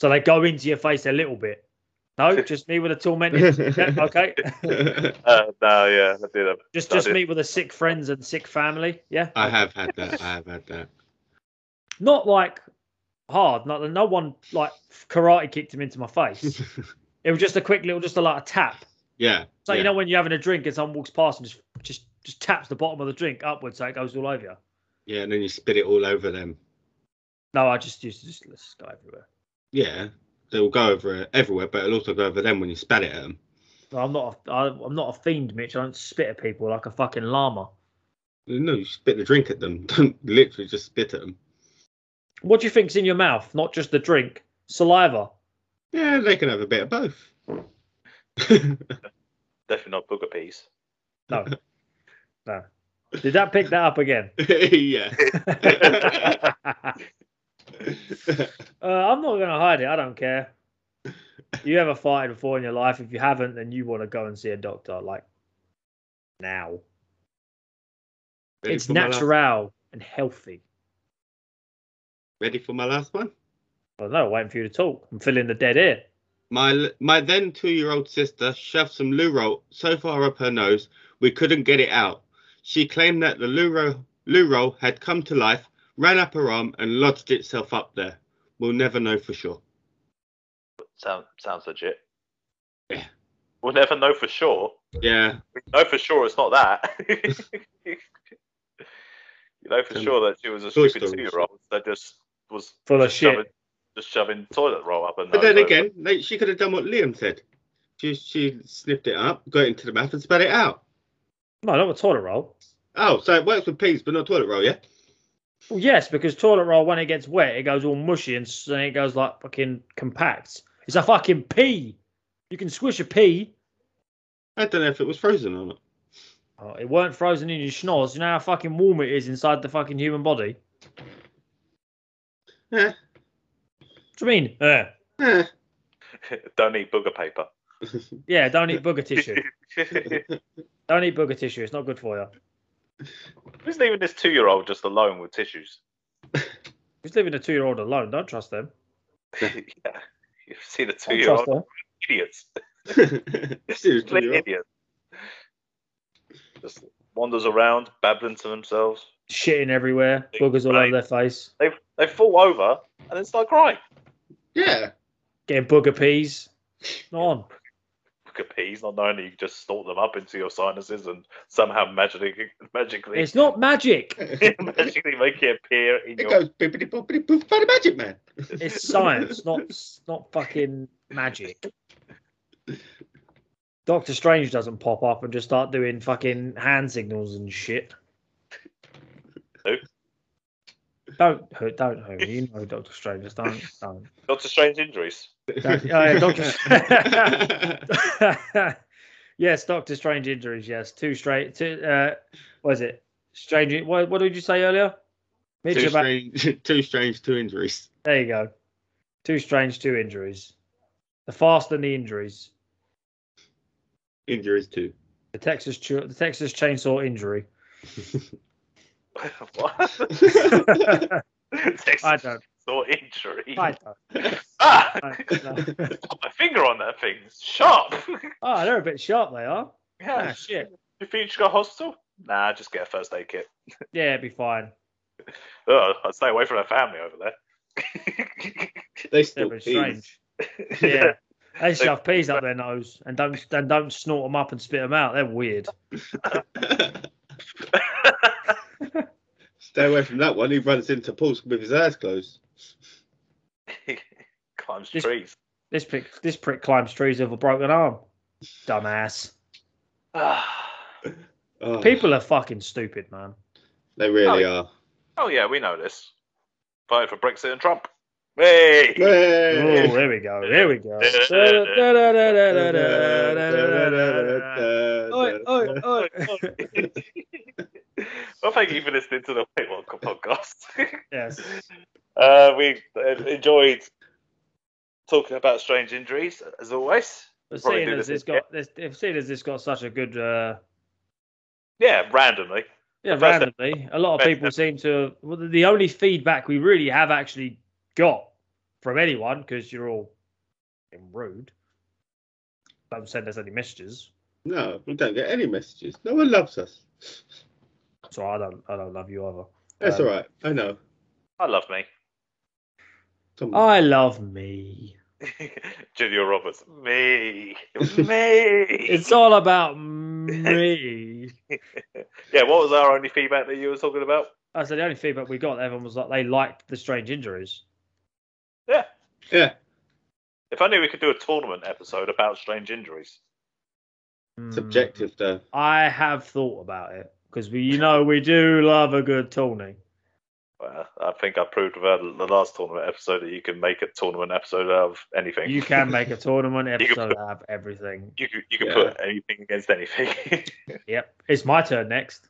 Speaker 2: So they go into your face a little bit. No, just me with a tormented. yeah, okay.
Speaker 3: Uh, no, yeah, I did. have-
Speaker 2: Just
Speaker 3: I
Speaker 2: just
Speaker 3: did.
Speaker 2: meet with the sick friends and sick family. Yeah.
Speaker 1: I have had that. I have had that.
Speaker 2: Not like hard. Not no one like karate kicked him into my face. it was just a quick little, just a like a tap.
Speaker 1: Yeah.
Speaker 2: So
Speaker 1: yeah.
Speaker 2: you know when you're having a drink and someone walks past and just just just taps the bottom of the drink upwards so it goes all over you.
Speaker 1: Yeah, and then you spit it all over them.
Speaker 2: No, I just used to just, just go everywhere.
Speaker 1: Yeah, they'll go over it everywhere, but it'll also go over them when you spat it at them.
Speaker 2: No, I'm not. A, I, I'm not a fiend, Mitch. I don't spit at people like a fucking llama.
Speaker 1: No, you spit the drink at them. Don't literally just spit at them.
Speaker 2: What do you think's in your mouth? Not just the drink, saliva.
Speaker 1: Yeah, they can have a bit of both.
Speaker 3: Definitely not booger peas.
Speaker 2: No, no. Did that pick that up again?
Speaker 1: yeah.
Speaker 2: uh, I'm not going to hide it. I don't care. You ever farted before in your life? If you haven't, then you want to go and see a doctor. Like now,
Speaker 1: Ready
Speaker 2: it's
Speaker 1: for my last-
Speaker 2: natural and healthy.
Speaker 1: ready for my last one?
Speaker 2: I don't know. Waiting for you to talk. I'm filling the dead air.
Speaker 1: My my then two year old sister shoved some loo roll so far up her nose we couldn't get it out. She claimed that the loo roll, loo roll had come to life, ran up her arm, and lodged itself up there. We'll never know for sure.
Speaker 3: Sound, sounds legit.
Speaker 1: Yeah.
Speaker 3: We'll never know for sure.
Speaker 1: Yeah,
Speaker 3: We know for sure it's not that. you know for
Speaker 1: Um,
Speaker 3: sure that she was a
Speaker 1: Toy
Speaker 3: stupid
Speaker 1: Story.
Speaker 3: two year old that just was
Speaker 2: Full of
Speaker 3: just
Speaker 2: shit.
Speaker 3: Shoving, just shoving toilet roll up and
Speaker 1: but then again, like, she could have done what Liam said. She she sniffed it up, got it into the mouth, and spat it out.
Speaker 2: No, not with toilet roll.
Speaker 1: Oh, so it works with peas, but not toilet roll, yeah?
Speaker 2: Well, yes, because toilet roll when it gets wet, it goes all mushy and s- and it goes like fucking compact. It's a fucking pea. You can squish a pea.
Speaker 1: I don't know if it was frozen or not.
Speaker 2: Oh, it weren't frozen in your schnoz. You know how fucking warm it is inside the fucking human body.
Speaker 1: Yeah.
Speaker 2: What do you mean? Yeah.
Speaker 1: Eh.
Speaker 3: don't eat booger paper.
Speaker 2: Yeah. Don't eat booger tissue. Don't eat booger tissue. It's not good for you.
Speaker 3: Isn't even this two year old just alone with tissues?
Speaker 2: Just leaving a two-year-old alone. Don't trust them.
Speaker 3: yeah. You've seen a two
Speaker 2: Don't
Speaker 3: year
Speaker 2: trust
Speaker 3: old
Speaker 2: them.
Speaker 3: idiots.
Speaker 1: Seriously,
Speaker 3: Complete
Speaker 1: you're-
Speaker 3: idiot. Just wanders around, babbling to themselves.
Speaker 2: Shitting everywhere. Boogers all over their face.
Speaker 3: They they fall over and then start crying.
Speaker 1: yeah.
Speaker 2: Getting booger peas. Not on.
Speaker 3: Look at peas, not knowing that you can just snort them up into your sinuses and somehow magically magically
Speaker 2: It's not magic.
Speaker 1: it
Speaker 3: magically make it appear in your
Speaker 1: goes bippity boppity poof by the magic man.
Speaker 2: It's science, not not fucking magic. Doctor Strange doesn't pop up and just start doing fucking hand signals and shit.
Speaker 3: no.
Speaker 2: Don't who, don't who. You know Doctor Strange. Don't don't.
Speaker 3: Doctor Strange injuries.
Speaker 2: don't oh, yeah, Doctor. yes, Doctor Strange injuries. Yes, two straight. Two. Uh, what is it? Strange. What, what did you say earlier? Mitch
Speaker 1: too,
Speaker 2: about-
Speaker 1: strange, too strange, two injuries.
Speaker 2: There you go. Two strange, two injuries. The faster the injuries.
Speaker 1: Injuries too.
Speaker 2: The Texas ch- the Texas chainsaw injury.
Speaker 3: what?
Speaker 2: I
Speaker 3: Texas
Speaker 2: don't.
Speaker 3: Or injury.
Speaker 2: I don't.
Speaker 3: ah!
Speaker 2: I don't know.
Speaker 3: Got my finger on that thing. It's Sharp.
Speaker 2: Oh, they're a bit sharp. They are. Ah,
Speaker 3: yeah.
Speaker 2: shit.
Speaker 3: You think you should go to hospital? Nah, just get a first aid kit.
Speaker 2: Yeah, it'd be fine.
Speaker 3: Ugh, I'd stay away from that family over there.
Speaker 1: They
Speaker 2: They're
Speaker 1: still
Speaker 2: a bit
Speaker 1: peas.
Speaker 2: strange. Yeah. They shove peas up their nose and don't and don't snort them up and spit them out. They're weird.
Speaker 1: Stay away from that one. He runs into Paul with his eyes closed.
Speaker 3: Climbs
Speaker 2: Just-
Speaker 3: trees.
Speaker 2: This prick this prick climbs trees with a broken arm. Dumbass. Ah.
Speaker 3: oh
Speaker 1: Oh,
Speaker 2: People Oh. are fucking stupid, man.
Speaker 1: they really are.
Speaker 3: Oh, yeah, we know this. Voted for Brexit and Trump. Hey.
Speaker 2: Oh,
Speaker 1: Hey.
Speaker 2: there we go. There we go. Oi, oi, oi.
Speaker 3: well, thank you for listening to the Wait Welcome podcast.
Speaker 2: Yes.
Speaker 3: Uh, we uh, enjoyed talking about strange injuries as always.
Speaker 2: But
Speaker 3: Probably
Speaker 2: seeing
Speaker 3: do
Speaker 2: as
Speaker 3: this
Speaker 2: it's got this, if seeing as it's got such a good uh,
Speaker 3: Yeah, randomly.
Speaker 2: yeah,
Speaker 3: The first-
Speaker 2: randomly, a lot of
Speaker 3: first
Speaker 2: people seem to. Well, the only feedback we really have actually got from anyone, because you're all fucking rude, don't send us any messages.
Speaker 1: No, we don't get any messages. No one loves us.
Speaker 2: So I don't, I don't love you either.
Speaker 1: That's
Speaker 2: Um,
Speaker 1: all right. I know.
Speaker 3: I love me.
Speaker 1: Come on.
Speaker 2: I love me.
Speaker 3: Julia Roberts. Me. It was me.
Speaker 2: It's all about me.
Speaker 3: yeah, what was our only feedback that you were talking about?
Speaker 2: I said the only feedback we got, everyone was like they liked the strange injuries.
Speaker 3: Yeah.
Speaker 1: Yeah.
Speaker 3: If only we could do a tournament episode about strange injuries.
Speaker 2: Mm.
Speaker 1: Subjective though.
Speaker 2: I have thought about it because we, you know, we do love a good tourney.
Speaker 3: Well, I think I proved with our- the last tournament episode that you can make a tournament episode out of anything.
Speaker 2: You can make a tournament
Speaker 3: can
Speaker 2: episode out of everything.
Speaker 3: you can, you can
Speaker 1: Yeah.
Speaker 3: put anything against anything.
Speaker 2: Yep, it's my turn next.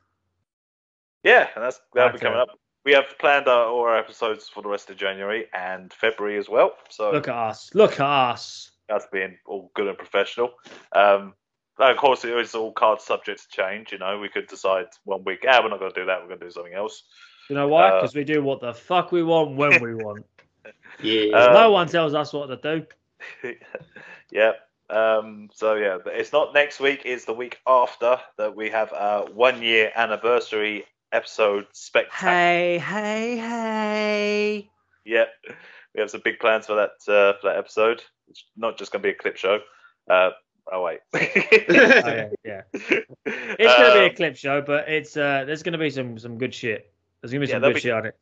Speaker 3: Yeah, and that's that'll be
Speaker 2: Okay.
Speaker 3: coming up. We have planned our all our episodes for the rest of January and February as well. So
Speaker 2: Look at us! Look at us!
Speaker 3: that's being all good and professional. Um, and of course, it is all card subject to change. You know, we could decide one week, ah, we're not going to do that. We're going to do something else.
Speaker 2: You know why?
Speaker 3: Uh,
Speaker 2: Because we do what the fuck we want when we want.
Speaker 1: Yeah.
Speaker 3: Uh,
Speaker 2: no one tells us what to do.
Speaker 3: yeah. Um, so yeah, but it's not next week. It's the week after that we have our one year anniversary episode spectacular.
Speaker 2: Hey, hey, hey!
Speaker 3: Yeah, we have some big plans for that uh, for that episode. It's not just going to be a clip show. Uh, oh wait, it's
Speaker 2: Oh, yeah, yeah. It's gonna
Speaker 3: Uh, Um,
Speaker 2: be a clip show, but it's uh, there's gonna be some some good shit. There's gonna be
Speaker 3: Yeah,
Speaker 2: some
Speaker 3: there'll
Speaker 2: good
Speaker 3: be-
Speaker 2: shit on it.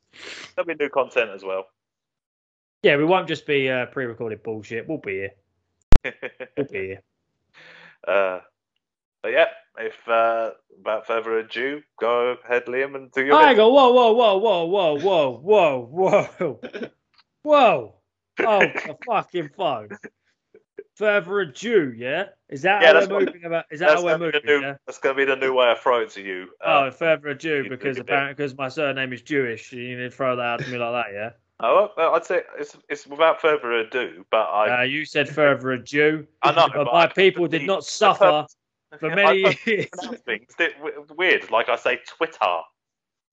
Speaker 3: there'll be new content as well.
Speaker 2: Yeah, we won't just be uh, pre-recorded bullshit. We'll be here. We'll be here.
Speaker 3: uh, but yeah, if uh, without further ado, go ahead, Liam, and do your
Speaker 2: I
Speaker 3: bit.
Speaker 2: go, whoa, whoa, whoa, whoa, whoa, whoa, whoa, whoa, whoa. Oh, the fucking phone. Further ado, yeah? Is that
Speaker 3: Yeah,
Speaker 2: how
Speaker 3: that's
Speaker 2: we're
Speaker 3: what-
Speaker 2: moving about? Is that
Speaker 3: That's
Speaker 2: how we're
Speaker 3: going to
Speaker 2: moving?
Speaker 3: be the new.
Speaker 2: yeah?
Speaker 3: That's going to be the new way I throw it to you.
Speaker 2: Oh,
Speaker 3: Uh,
Speaker 2: further ado,
Speaker 3: you
Speaker 2: because
Speaker 3: moving it.
Speaker 2: apparently, because my surname is Jewish, you need to throw that out to me like that, yeah?
Speaker 3: oh, well, I'd say it's it's without further ado, but I
Speaker 2: Uh, you said further ado.
Speaker 3: I know,
Speaker 2: but
Speaker 3: but
Speaker 2: my
Speaker 3: I-
Speaker 2: people did not suffer for many
Speaker 3: I
Speaker 2: years.
Speaker 3: pronounce things di- w- weird, like I say Twitter.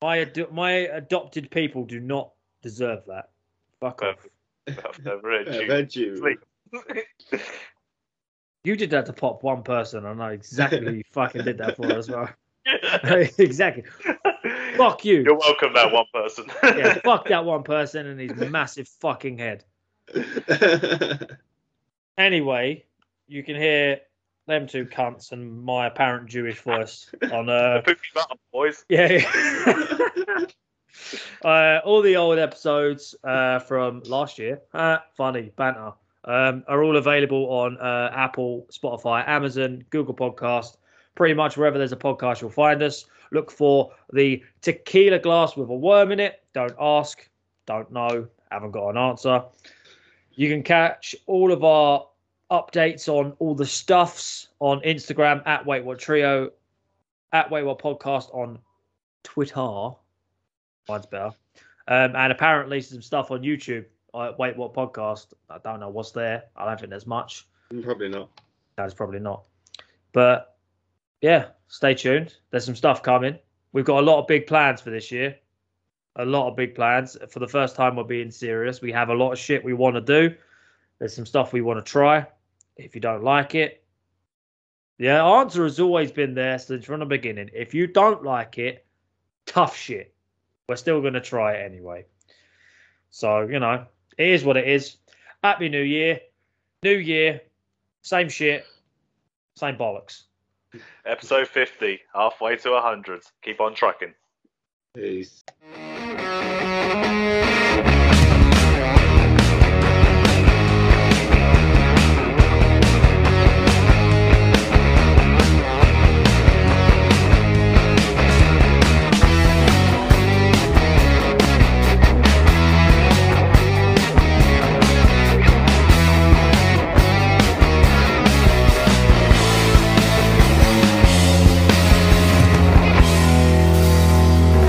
Speaker 2: My, ad- my adopted people do not deserve that. Fuck off.
Speaker 3: Without further ado.
Speaker 1: Thank you.
Speaker 3: Sleep.
Speaker 2: You did that to pop one person. I know exactly who you fucking did that for as well. exactly. Fuck you.
Speaker 3: You're welcome, that one person.
Speaker 2: yeah, fuck that one person and his massive fucking head. Anyway, you can hear them two cunts and my apparent Jewish voice on uh
Speaker 3: Poopy bottom, boys.
Speaker 2: yeah. uh, all the old episodes uh, from last year, uh, funny banter, um, are all available on uh, Apple, Spotify, Amazon, Google Podcast, Pretty much wherever there's a podcast, you'll find us. Look for the tequila glass with a worm in it. Don't ask, don't know, haven't got an answer. You can catch all of our updates on all the stuffs on Instagram at Wait What Trio, at Wait What Podcast on Twitter. Mine's better. Um, and apparently some stuff on YouTube. Uh, Wait What Podcast. I don't know what's there. I don't think there's much.
Speaker 1: Probably not.
Speaker 2: That's probably not. But yeah, stay tuned. There's some stuff coming. We've got a lot of big plans for this year. A lot of big plans. For the first time, we're being serious. We have a lot of shit we want to do. There's some stuff we want to try. If you don't like it, the answer has always been there since from the beginning. If you don't like it, tough shit. We're still going to try it anyway. So, you know, it is what it is. Happy New Year. New Year. Same shit. Same bollocks.
Speaker 3: Episode 50, halfway to 100. Keep on trucking.
Speaker 1: Peace.